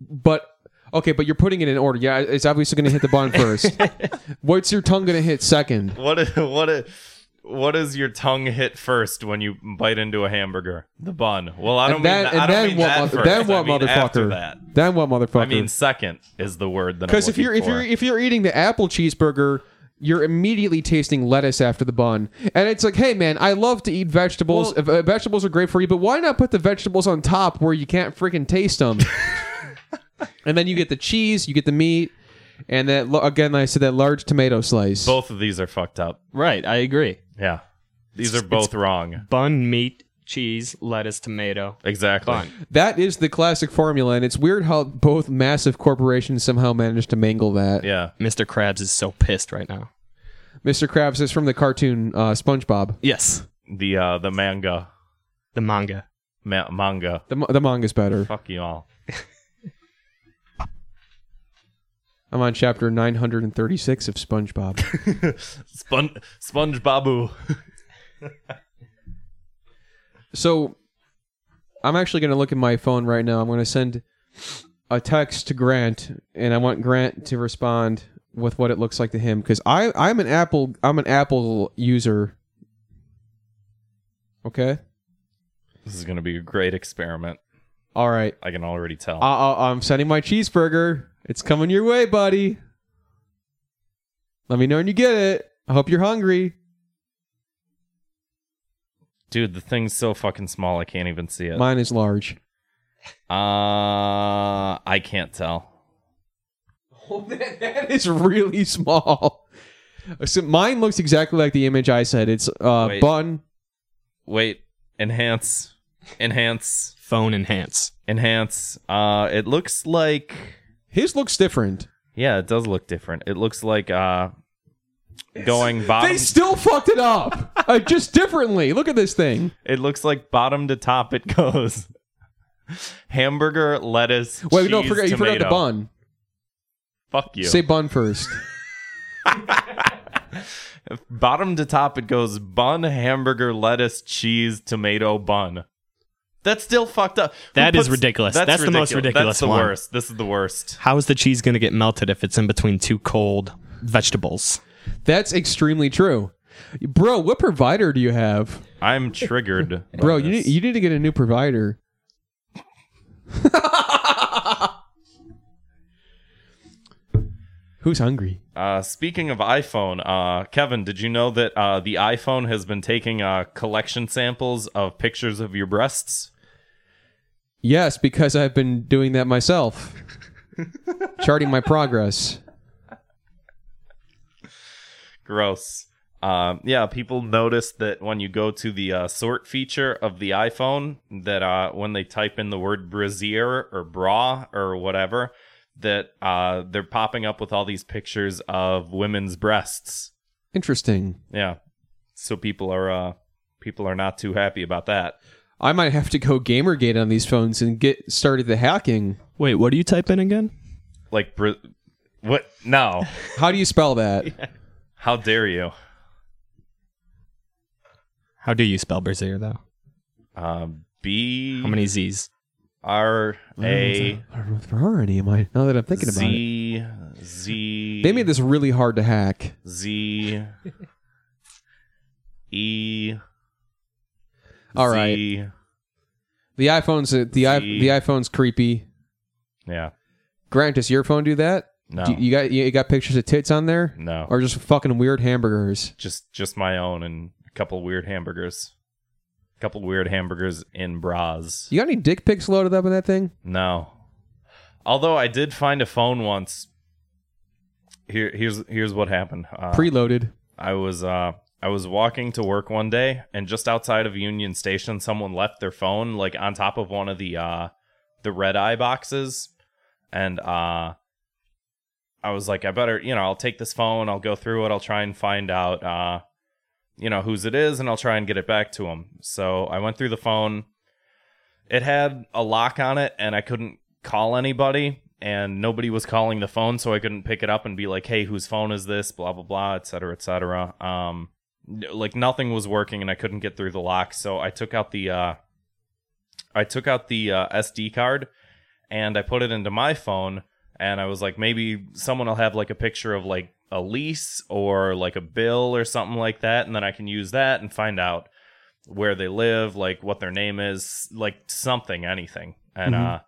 But okay, but you're putting it in order. Yeah, it's obviously going to hit the bun first. What's your tongue going to hit second? What? i- What? i- What does your tongue hit first when you bite into a hamburger? The bun. Well, I don't And then mean. that- I and don't then mean what that mother- first. then I what mean After motherfucker? that. Then what motherfucker? I mean, second is the word that. Because if you're if you're if you're eating the apple cheeseburger, you're immediately tasting lettuce after the bun, and it's like, hey man, I love to eat vegetables. Uh, vegetables are great for you, but why not put the vegetables on top where you can't freaking taste them? and then you get the cheese, you get the meat, and that lo- again, I said that large tomato slice. both of these are fucked up. Right, I agree. Yeah, these are It's- both wrong. Bun, meat, cheese, lettuce, tomato. Exactly. Bun. That is the classic formula, and it's weird how both massive corporations somehow managed to mangle that. Yeah. Mr. Krabs is so pissed right now. Mr. Krabs is from the cartoon uh, SpongeBob. Yes. The uh the manga The manga. ma- manga. The, mo- the manga's better. Fuck you all. I'm on chapter 936 of SpongeBob. Spon- Sponge Babu. So I'm actually going to look at my phone right now. I'm going to send a text to Grant, and I want Grant to respond with what it looks like to him because I I'm an Apple I'm an Apple user. Okay. This is going to be a great experiment. All right. I can already tell. I, I, I'm sending my cheeseburger. It's coming your way, buddy. Let me know when you get it. I hope you're hungry. Dude, the thing's so fucking small, I can't even see it. Mine is large. uh, I can't tell. It's really small. So mine looks exactly like the image I said. It's uh, Wait. bun. Wait, enhance, enhance, Phone enhance. enhance. Uh, it looks like. His looks different. Yeah, it does look different. It looks like uh, going bottom. They still fucked it up, uh, just differently. Look at this thing. it looks like bottom to top. It goes. Hamburger, lettuce. Wait, no, cheese, forget you forgot the tomato. bun. Fuck you. Say bun first. Bottom to top, it goes bun, hamburger, lettuce, cheese, tomato, bun. That's still fucked up. Who That is ridiculous. That's the most ridiculous That's the one. worst. This is the worst. How is the cheese going to get melted if it's in between two cold vegetables? That's extremely true, bro. What provider do you have, I'm triggered. by bro? You this. need, you need to get a new provider. Who's hungry? Uh, speaking of iPhone, uh, Kevin, did you know that uh, the iPhone has been taking uh, collection samples of pictures of your breasts? Yes, because I've been doing that myself, charting my progress. Gross. Um, yeah, people notice that when you go to the uh, sort feature of the iPhone, that uh, when they type in the word brassiere or bra or whatever, that uh, they're popping up with all these pictures of women's breasts. Interesting. Yeah, so people are uh, people are not too happy about that. I might have to go Gamergate on these phones and get started the hacking. Wait, what do you type in again? Like, bra- what? No, How do you spell that? how dare you? How do you spell brazier though? Uh, How B many Z's? R A I don't know if there are any of mine. Now that I'm thinking about it, Z Z. they made this really hard to hack. Z E. All right, Z. the iPhone's uh, the I, Z. the iPhone's creepy. Yeah. Grant, does your phone do that? No. Do you, you got you got pictures of tits on there, no. or just fucking weird hamburgers? just just my own and a couple weird hamburgers. A couple weird hamburgers in bras. You got any dick pics loaded up in that thing? No. Although I did find a phone once. Here here's here's what happened. Uh, Preloaded. I was uh I was walking to work one day and just outside of Union Station someone left their phone like on top of one of the uh the red eye boxes and uh I was like I better, you know, I'll take this phone, I'll go through it, I'll try and find out uh you know whose it is and I'll try and get it back to him. So I went through the phone. It had a lock on it and I couldn't call anybody and nobody was calling the phone so I couldn't pick it up and be like, "Hey, whose phone is this?" blah blah blah, et cetera, et cetera. Um n- like nothing was working and I couldn't get through the lock, so I took out the uh I took out the uh, SD card and I put it into my phone and I was like maybe someone will have like a picture of like a lease or like a bill or something like that and then I can use that and find out where they live, like what their name is, like something, anything. And uh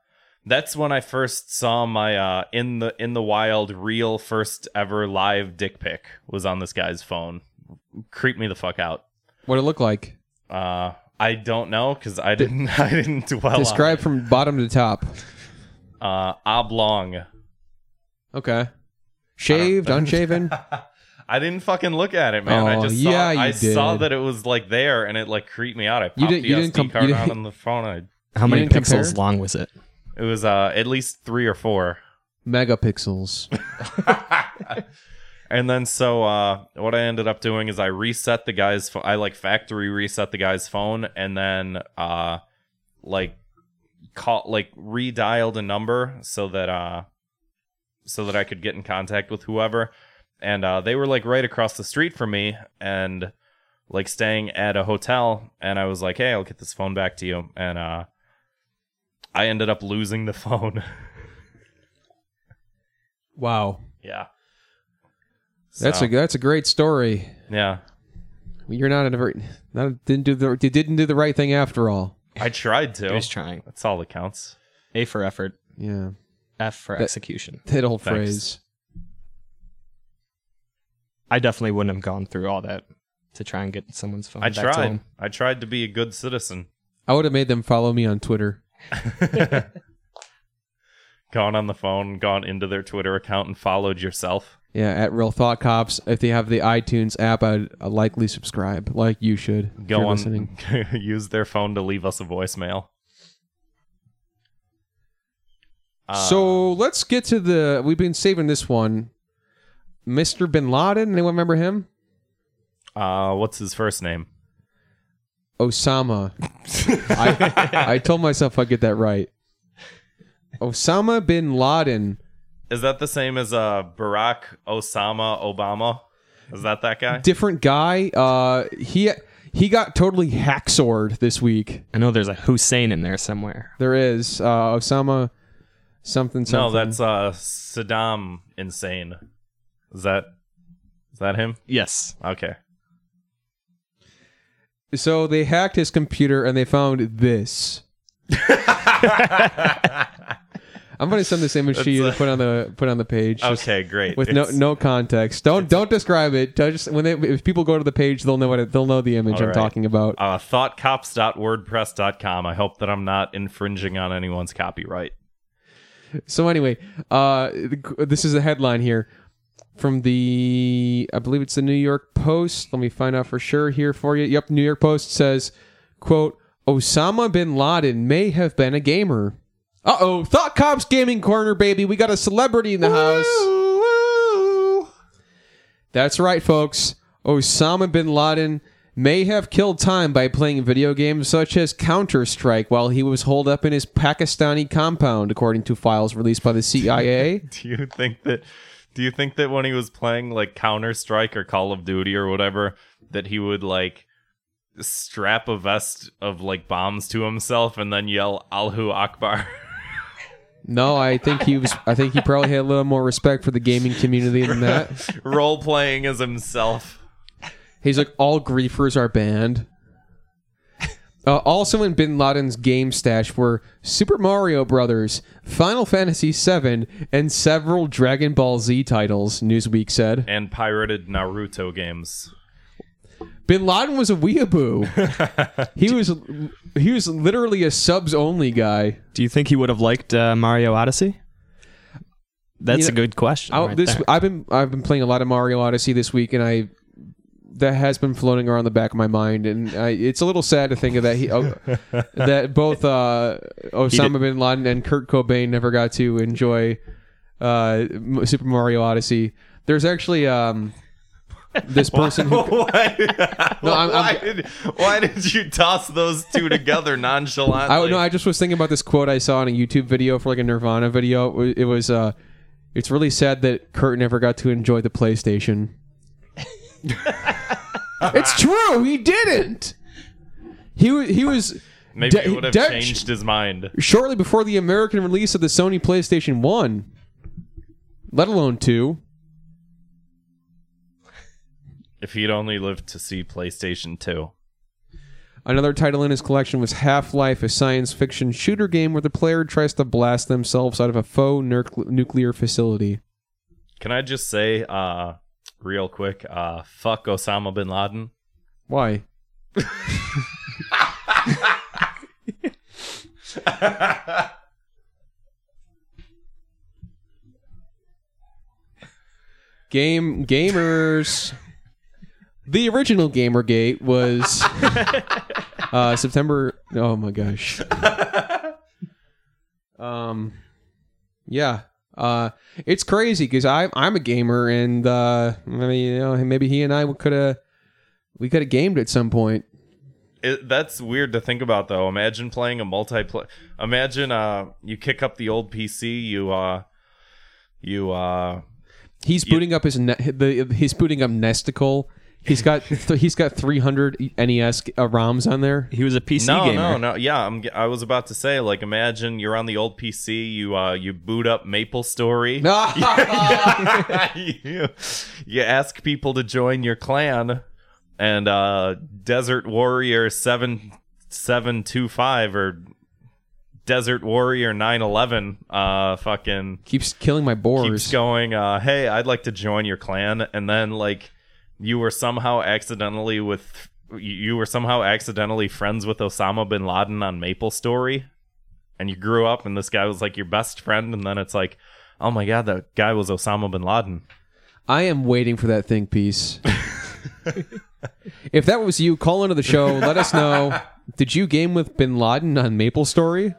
that's when I first saw my uh in the in the wild real first ever live dick pic was on this guy's phone. Creeped me the fuck out. What it look like? Uh I don't know because I didn't I didn't dwell on Describe from bottom to top. it. uh oblong. Okay. Shaved, unshaven. I didn't fucking look at it, man. Oh, I just saw, yeah, you I saw did. that it was like there, and it like creeped me out. I popped didn't- the you SD didn't com- card you out didn't- on the phone. How many didn't compare? pixels long was it? I, it was uh at least three or four. Megapixels. And then so uh, what I ended up doing is I reset the guy's phone. I like factory reset the guy's phone, and then uh, like call like redialed a number so that uh, so that I could get in contact with whoever. And uh, they were like right across the street from me, and like staying at a hotel. And I was like, hey, I'll get this phone back to you. And uh, I ended up losing the phone. Wow. Yeah. That's a that's a great story. yeah. You're not a very not didn't do the you didn't do the right thing after all. I tried to. He was trying. That's all that counts. A for effort, Yeah, F for That- execution. that old Thanks. phrase. I definitely wouldn't have gone through all that to try and get someone's phone. I back to tried. him. I tried to be a good citizen. I would have made them follow me on Twitter. gone on the phone, gone into their Twitter account, and followed yourself. Yeah, at Real Thought Cops. If they have the iTunes app, I'd, I'd likely subscribe, like you should. if Go you're on, listening. use their phone to leave us a voicemail. Uh, so let's get to the. We've been saving this one. Mr. Bin Laden. Anyone remember him? uh, what's his first name? Osama. I, I told myself I'd get that right. Osama bin Laden. Is that the same as uh, Barack Osama Obama? Is that that guy? Different guy. Uh, he he got totally hacksawed this week. I know there's a Hussein in there somewhere. There is uh, Osama something no, something. that's uh, Saddam. Insane. Is that is that him? Yes. Okay. so they hacked his computer and they found this. I'm gonna send this image to you to That's, put on the put on the page. just Okay, great. With no It's- no context. Don't don't describe it. Just when they if people go to the page, they'll know what it, they'll know the image I'm Alright. talking about. uh, thoughtcops.wordpress.com. I hope that I'm not infringing on anyone's copyright. So anyway, uh, this is a headline here from the I believe it's the New York Post. Let me find out for sure here for you. Yep, New York Post says, "quote Osama bin Laden may have been a gamer." Uh oh, Thought Cops Gaming Corner, baby. We got a celebrity in the house. That's right, folks. Osama bin Laden may have killed time by playing video games such as Counter Strike while he was holed up in his Pakistani compound, according to files released by the CIA. Do you think that do you think that when he was playing like Counter-Strike or Call of Duty or whatever that he would like strap a vest of like bombs to himself and then yell Alhu Akbar? No, I think he was. I think he probably had a little more respect for the gaming community than that. Role playing as himself. He's like, all griefers are banned. Uh, also in Bin Laden's game stash were Super Mario Brothers, Final Fantasy VII, and several Dragon Ball Z titles. Newsweek said And pirated Naruto games. Bin Laden was a weeaboo. he was he was literally a subs only guy. Do you think he would have liked uh, Mario Odyssey? That's You a know, good question. I, right this there. I've been I've been playing a lot of Mario Odyssey this week, and I that has been floating around the back of my mind, and I, it's a little sad to think of that he oh, that both uh, Osama bin Laden and Kurt Cobain never got to enjoy uh, M- Super Mario Odyssey. There's actually um, this person. Who, why, I'm- why, I'm- did, why did you toss those two together nonchalantly? I no, I just was thinking about this quote I saw in a YouTube video for like a Nirvana video. It wa- It was uh, it's really sad that Kurt never got to enjoy the PlayStation. it's true, he didn't. He wa- he was Maybe De- he would have Dutch- changed his mind. shortly before the American release of the Sony PlayStation One, let alone two. If he'd only lived to see PlayStation 2. Another title in his collection was Half Life, a science fiction shooter game where the player tries to blast themselves out of a faux nuc- nuclear facility. Can I just say, uh, real quick, uh, fuck Osama bin Laden? Why? Game gamers. The original Gamergate was uh, September. Oh my gosh. Um, yeah. Uh, it's crazy because I I'm a gamer and uh, I mean, you know, maybe he and I could have we could have gamed at some point. It, that's weird to think about, though. Imagine playing a multiplayer. Imagine uh, you kick up the old PC, you uh, you uh, He's booting up his ne- the, he's booting up Nesticle. He's got th- he's got 300 NES uh, ROMs on there. He was a PC no, gamer. no, no. Yeah, I'm, g- I was about to say, like, imagine you're on the old PC, you uh, you boot up MapleStory, you, you ask people to join your clan, and uh, Desert Warrior seven seven two five or Desert Warrior nine eleven, uh, fucking Keeps killing my boars. keeps going, uh, hey, I'd like to join your clan, and then like you were somehow accidentally with you- you were somehow accidentally friends with Osama bin Laden on Maple Story, and you grew up, and this guy was like your best friend, and then it's like, oh my god, that guy was Osama bin Laden. I am waiting for that think piece. if that was you, call into the show. Let us know. Did you game with Bin Laden on Maple Story?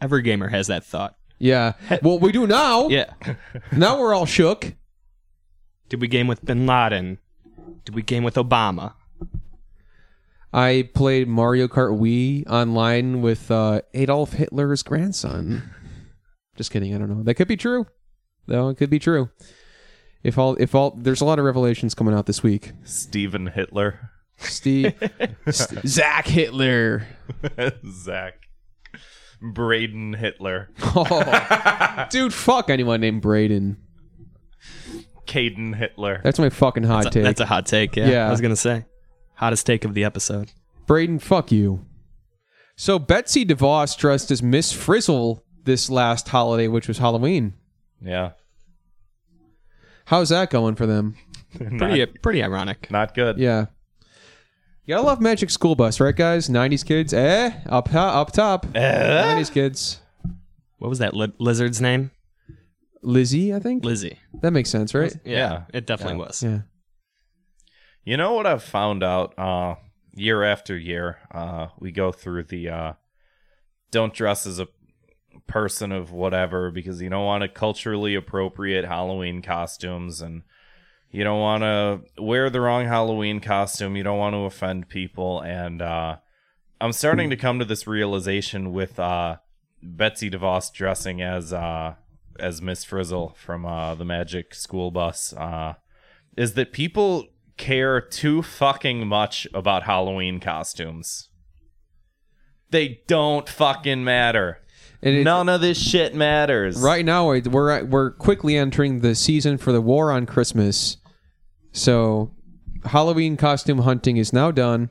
Every gamer has that thought. Yeah. Well, we do now. Yeah. Now we're all shook. Did we game with Bin Laden? Did we game with Obama? I played Mario Kart Wii online with uh, Adolf Hitler's grandson. Just kidding. I don't know. That could be true. Though it could be true. If all, if all, there's a lot of revelations coming out this week. Stephen Hitler, Steve, St- Zach Hitler. Zach, Braden Hitler, Oh, dude, fuck anyone named Braden. Caden Hitler. That's my fucking hot take. That's a hot take. Yeah, Yeah. I was gonna say hottest take of the episode. Braden, fuck you. So Betsy DeVos dressed as Miss Frizzle this last holiday, which was Halloween. Yeah, How's that going for them? Pretty, uh, not, pretty ironic. not good. Yeah. You gotta love Magic School Bus, right, guys? 90s kids. Eh? Up, to- up top. Eh? 90s kids. What was that li- lizard's name? Lizzie, I think? Lizzie. that makes sense, right? Yeah. it definitely was. Yeah. You know what I've found out uh, year after year? Uh, we go through the uh, don't dress as a person of whatever because you don't want to culturally appropriate Halloween costumes and you don't want to wear the wrong Halloween costume. You don't want to offend people. And uh, I'm starting to come to this realization with uh, Betsy DeVos dressing as uh, as Miss Frizzle from uh, the Magic School Bus. Uh, is that people care too fucking much about Halloween costumes. They don't fucking matter. And it's- None of this shit matters. Right now, we're- we're at- we're quickly entering the season for the war on Christmas, so Halloween costume hunting is now done,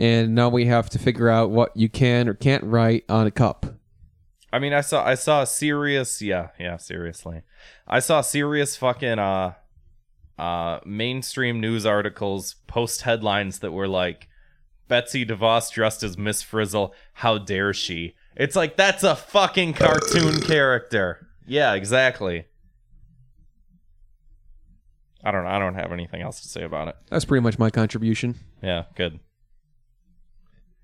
and now we have to figure out what you can or can't write on a cup. I mean, I saw I saw a serious, yeah, yeah, seriously, I saw serious fucking uh, uh, mainstream news articles post headlines that were like, Betsy DeVos dressed as Miss Frizzle, how dare she? It's like that's a fucking cartoon character. Yeah, exactly. I don't. I don't have anything else to say about it. That's pretty much my contribution, Yeah, good.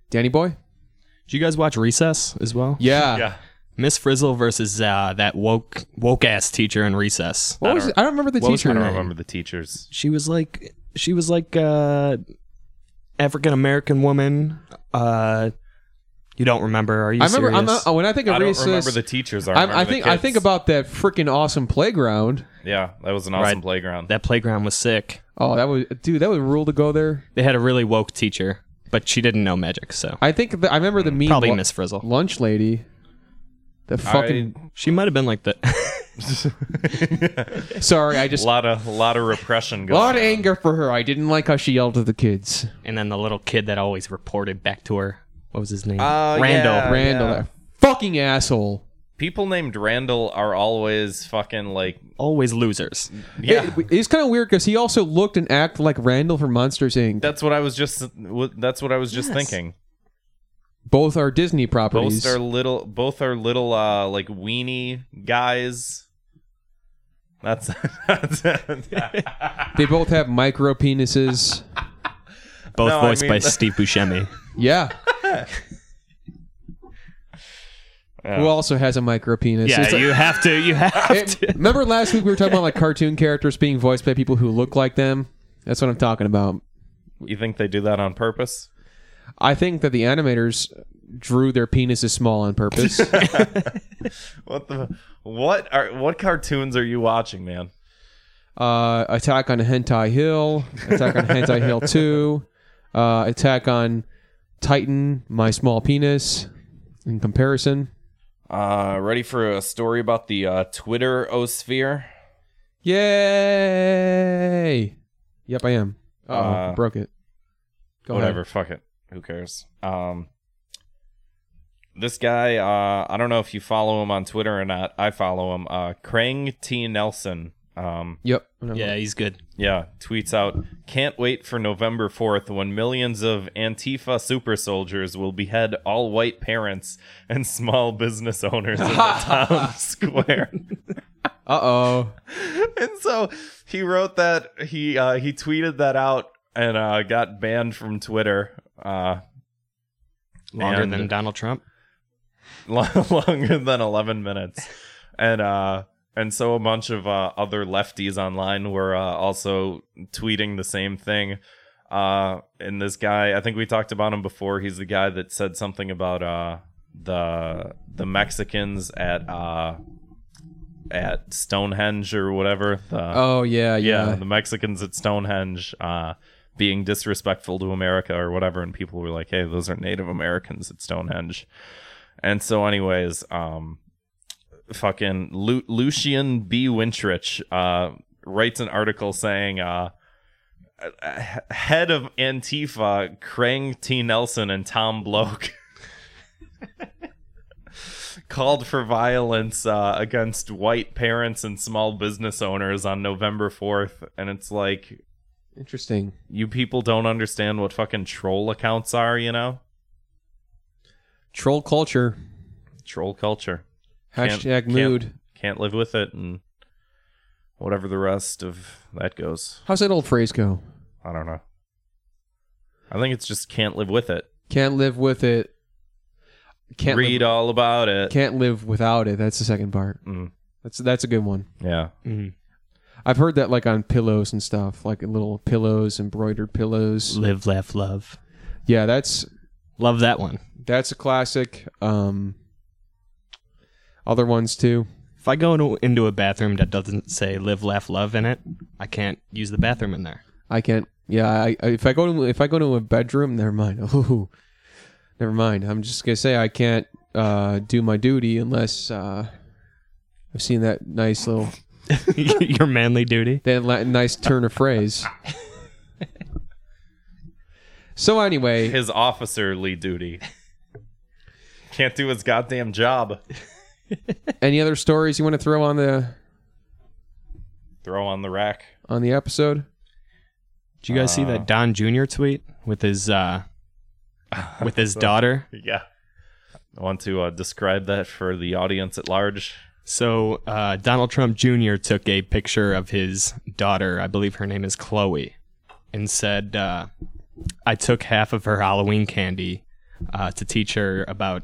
Danny boy. Did you guys watch Recess as well? Yeah. Yeah, Miss Frizzle versus uh, that woke woke ass teacher in Recess. What was? it? I don't remember the what was teacher. her I don't name? remember the teachers. She was like she was like uh, African American woman. Uh, you don't remember? Are you I remember. I'm serious? not, when I think of I don't recess, remember the teachers. I, I'm- remember I the think I kids. think about that freaking awesome playground. yeah. That was an awesome Right. playground. that playground was sick. Oh, that was dude. That was a rule to go there. They had a really woke teacher, but she didn't know magic, so I think the, I remember the meme. probably lu- Miss Frizzle. lunch lady. The fucking She might have been like the. Sorry, I just a lot of lot of repression a going. lot of on. anger for her. I didn't like how she yelled at the kids. and then the little kid that always reported back to her. What was his name? Oh, Randall. yeah. Randall, that fucking asshole. People named Randall are always fucking like Always losers. yeah. It- it's kind of weird because he also looked and acted like Randall from Monsters Inc. that's what I was just that's what I was just thinking. Both are Disney Both properties. are little both are little uh like weenie guys. That's, that's they both have micro penises. Both No, I voiced mean- by Steve Buscemi. yeah. Who also has a micro penis? yeah, It's like- you have to. You have it- to. remember last week we were talking about like cartoon characters being voiced by people who look like them. That's what I'm talking about. you think they do that on purpose? I think that the animators drew their penises small on purpose. What the what are what cartoons are you watching, man? uh, Attack on Hentai Hill, Attack on Hentai Hill 2, uh, Attack on Titan, My Small Penis, in comparison. Uh, ready for a story about the uh, Twitter Osphere? Yay! Yep, I am. oh Uh, broke it. Go ahead. Whatever, fuck it. Who cares? Um, this guy, uh, I don't know if you follow him on Twitter or not. I follow him. Uh, Krang T Nelson. Um, Yep. I know. Yeah, he's good. Yeah, tweets out, can't wait for November 4th when millions of Antifa super soldiers will behead all white parents and small business owners in the town square. Uh-oh. and so he wrote that, he uh, he tweeted that out and uh, got banned from Twitter. Uh, Longer and- than Donald Trump. lo- longer than 11 minutes and uh and so a bunch of uh, other lefties online were uh, also tweeting the same thing uh and this guy i think we talked about him before he's the guy that said something about uh the the mexicans at uh at stonehenge or whatever the, Oh, yeah, yeah. yeah, the Mexicans at Stonehenge uh, being disrespectful to America or whatever, and people were like, "Hey, those are Native Americans at Stonehenge." And so, anyways, um, fucking Lu- Lucian B. Wintrich uh, writes an article saying, uh, "Head of Antifa, Krang T. Nelson and Tom Bloke." called for violence uh, against white parents and small business owners on November 4th. And it's like, Interesting. you people don't understand what fucking troll accounts are, you know? Troll culture. Troll culture. Can't- Hashtag can't- mood. Can't live with it and whatever the rest of that goes. How's that old phrase go? I don't know. I think it's just can't live with it. Can't live with it. Can't Read live, all about it. Can't live without it. That's the second part. Mm. That's that's a good one. Yeah. I've heard that like on pillows and stuff, like little pillows, embroidered pillows. Mm. Live, laugh, love. Yeah, that's Love that one. that's a classic. Um, other ones too. If I go into, into a bathroom that doesn't say "live, laugh, love" in it, I can't use the bathroom in there. I can't. Yeah, I, I, if I go to if I go to a bedroom, never mind. Oh, never mind. I'm just gonna say I can't uh, do my duty unless uh, I've seen that nice little Your manly duty. That la- nice turn of phrase. so anyway, His officerly duty. Can't do his goddamn job. any other stories you want to throw on the Throw on the rack. on the episode? Did you guys see that Don Jr. tweet with his uh, with his daughter? Yeah. I want to uh, describe that for the audience at large. So uh, Donald Trump Jr. took a picture of his daughter, I believe her name is Chloe, and said, uh, "I took half of her Halloween candy uh, to teach her about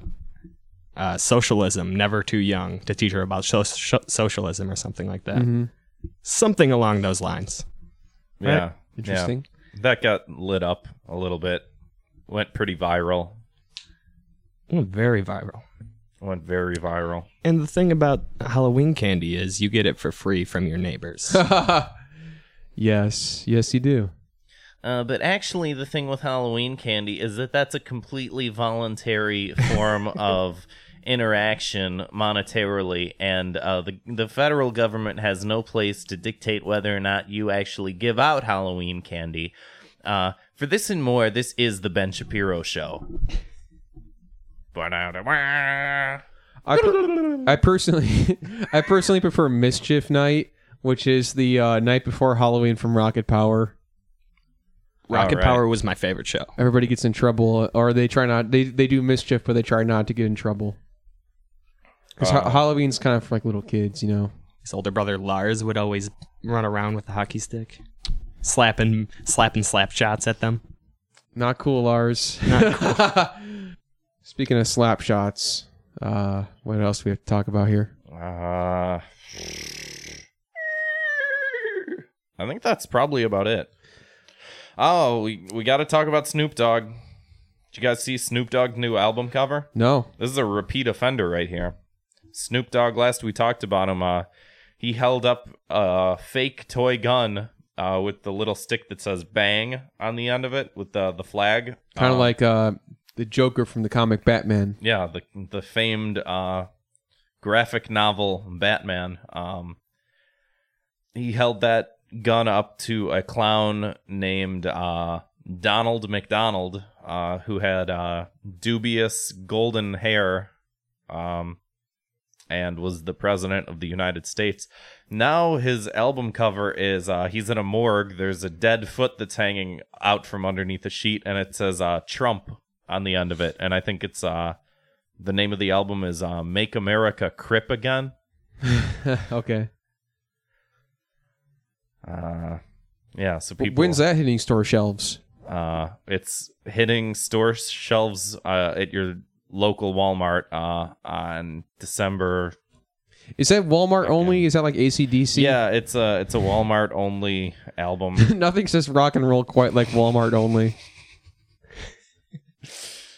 uh, socialism. Never too young to teach her about so- so- socialism or something like that. Something along those lines." Yeah. Interesting. Yeah. That got lit up a little bit. Went pretty viral. Mm, Very viral. Went very viral. And the thing about Halloween candy is you get it for free from your neighbors. Yes, yes, you do. Uh, but actually, the thing with Halloween candy is that that's a completely voluntary form of interaction monetarily, and uh, the the federal government has no place to dictate whether or not you actually give out Halloween candy. Uh, for this and more, this is the Ben Shapiro Show. Ba-da-da-wah. I, per- I personally, I personally prefer Mischief Night, which is the uh, night before Halloween from Rocket Power. Rocket All right. Power was my favorite show. Everybody gets in trouble, or they try not. They they do mischief, but they try not to get in trouble. Because Uh. Halloween's kind of for like little kids, you know. His older brother Lars would always run around with a hockey stick, slapping, slapping slap shots at them. Not cool, Lars. Speaking of slap shots, uh, what else do we have to talk about here? Uh, I think that's probably about it. Oh, we, we got to talk about Snoop Dogg. Did you guys see Snoop Dogg's new album cover? No. This is a repeat offender right here. Snoop Dogg, last we talked about him, uh, He held up a fake toy gun uh, with the little stick that says "bang" on the end of it, with the the flag. Kind of Um, like uh, the Joker from the comic Batman. yeah, the the famed uh, graphic novel Batman. Um, he held that gun up to a clown named uh, Donald McDonald, uh, who had uh, dubious golden hair, um, and was the president of the United States. Now his album cover is uh, he's in a morgue. There's a dead foot that's hanging out from underneath a sheet, and it says uh, Trump on the end of it. And I think it's uh, the name of the album is uh, "Make America Crip Again." okay. Uh, yeah, so W- people. When's that hitting store shelves? Uh, it's hitting store shelves uh, at your local Walmart uh, on December. Is that Walmart only? Is that like ACDC? Yeah, it's a it's a Walmart only album. Nothing says rock and roll quite like Walmart only.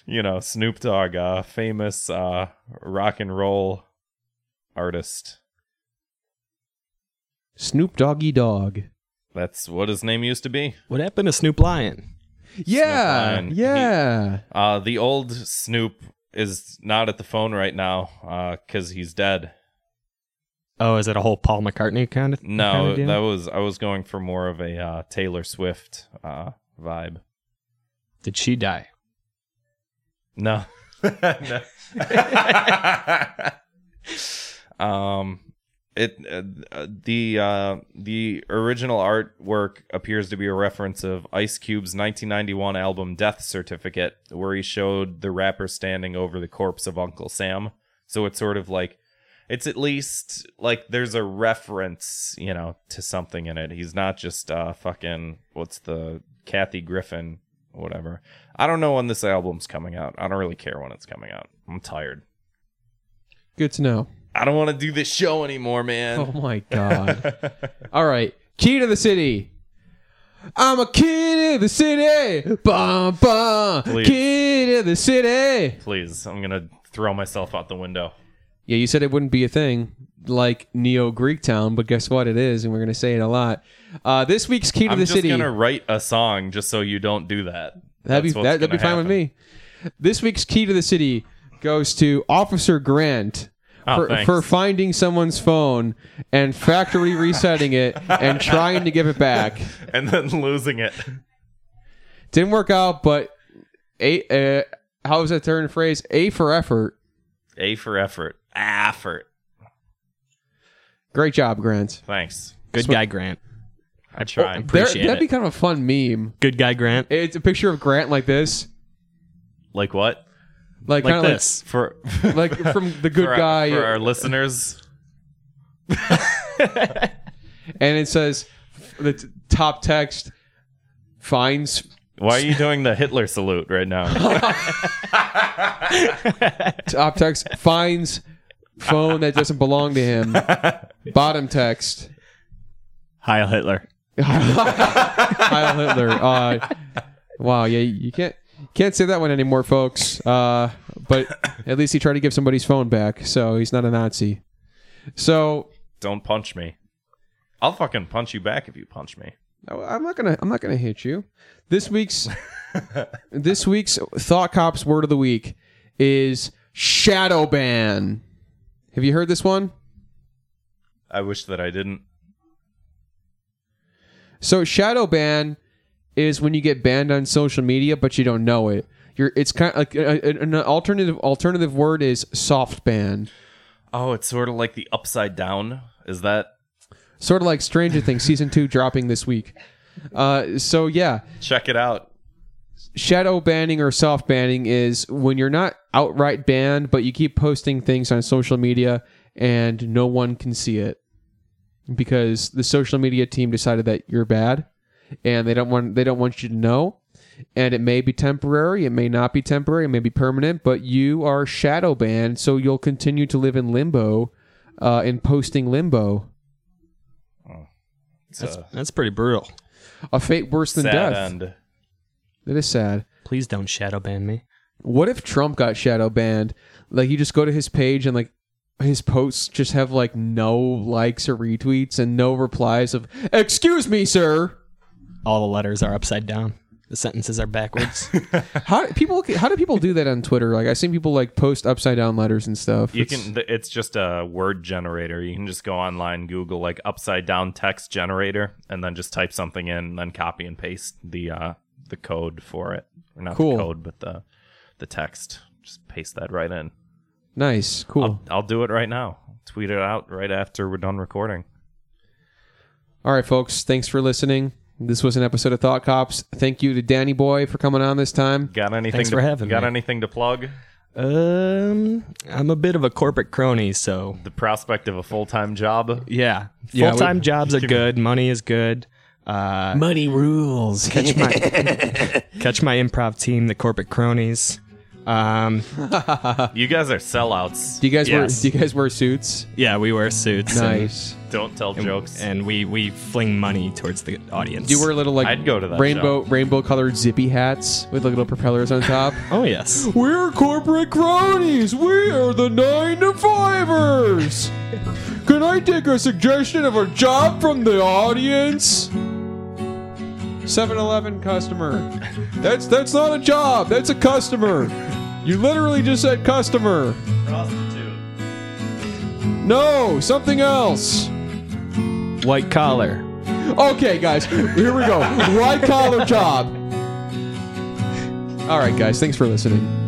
you know, Snoop Dogg, uh, famous uh, rock and roll artist. Snoop Doggy Dog. That's what his name used to be. What happened to Snoop Lion? Yeah. Lion. Yeah. Uh, the old Snoop is not at the phone right now because he's dead. Oh, is it a whole Paul McCartney kind of No, kinda deal? that was I was going for more of a uh, Taylor Swift uh, vibe. Did she die? No. No. um it uh, the uh the original artwork appears to be a reference of Ice Cube's 1991 album Death Certificate where he showed the rapper standing over the corpse of Uncle Sam. So it's sort of like it's at least like there's a reference, you know, to something in it. He's not just uh fucking what's the Kathy Griffin whatever. I don't know when this album's coming out. I don't really care when it's coming out. I'm tired. Good to know. I don't want to do this show anymore, man. Oh my god. All right. Key to the city. I'm a kid of the city. Bum bum. Please. Kid of the city. Please, I'm gonna throw myself out the window. Yeah, you said it wouldn't be a thing like Neo Greek Town, but guess what? It is, and we're going to say it a lot. Uh, this week's Key to I'm the just City. gonna write a song just so you don't do that. that'd be, That's what's that, would be gonna fine with happen. me. This week's Key to the City goes to Officer Grant. Oh, For, thanks. for finding someone's phone and factory resetting it and trying to give it back. and then losing it. Didn't work out, but a, uh, how was that turn phrase? A for effort. A for effort. Effort. Great job, Grant. Thanks. Good guy Grant. I Oh, tried. There- Appreciate that'd be it. kind of a fun meme. Good guy Grant. It's a picture of Grant like this, Like what? like, Like kind of this. For like from the good for our- guy for our listeners. and it says the t- top text finds Why are you doing the Hitler salute right now? top text finds phone that doesn't belong to him bottom text Heil Hitler. Heil Hitler uh, wow yeah you can't can't say that one anymore folks uh, but at least he tried to give somebody's phone back so he's not a Nazi so don't punch me. I'll fucking punch you back if you punch me. No, I'm not gonna. I'm not gonna hit you. This week's this week's thought cops word of the week is shadow ban. Have you heard this one? I wish that I didn't. So shadow ban is when you get banned on social media, but you don't know it. You're. It's kind of like a- a- an alternative. Alternative word is soft ban. Oh, it's sort of like the upside down. Is that Sort of like Stranger Things season two dropping this week. Uh, so yeah, check it out? shadow banning or soft banning is when you're not outright banned, but you keep posting things on social media and no one can see it because the social media team decided that you're bad and they don't want they don't want you to know. And it may be temporary, it may not be temporary, it may be permanent, but you are shadow banned, so you'll continue to live in limbo, uh, in posting limbo. It's a That's pretty brutal. A fate worse than sad death. end. That is sad. Please don't shadow ban me. What if Trump got shadow banned? Like you just go to his page and like his posts just have like no likes or retweets and no replies of "Excuse me, sir." All the letters are upside down. The sentences are backwards. How people? How do people do that on Twitter? Like I've seen people like post upside down letters and stuff. You It's- can. th- It's just a word generator. You can just go online, Google like upside down text generator, and then just type something in, and then copy and paste the uh, the code for it. Or not Cool. the code, but the the text. Just paste that right in. nice, cool. I'll, I'll do it right now. Tweet it out right after we're done recording. All right, folks. Thanks for listening. This was an episode of Thought Cops. Thank you to Danny Boy for coming on this time. Got anything? Thanks to, for having Got me. anything to plug? um, I'm a bit of a corporate crony, so The prospect of a full time job. yeah. Yeah, we- Full time jobs are good. Money is good. Uh, Money rules. catch my catch my improv team, the corporate cronies. Um, You guys are sellouts. Do you guys Yes. wear? Do you guys wear suits? yeah, we wear suits. and- Nice. Don't tell jokes. and we we fling money towards the audience. Do you wear little like I'd go to that rainbow rainbow colored zippy hats with like little propellers on top? oh yes. We're corporate cronies. We are the nine to fivers. Can I take a suggestion of a job from the audience? 7-Eleven customer. That's that's not a job. That's a customer. You literally just said customer. Prostitute. No, something else. White collar. Okay, guys, here we go. White collar job. All right, guys, thanks for listening.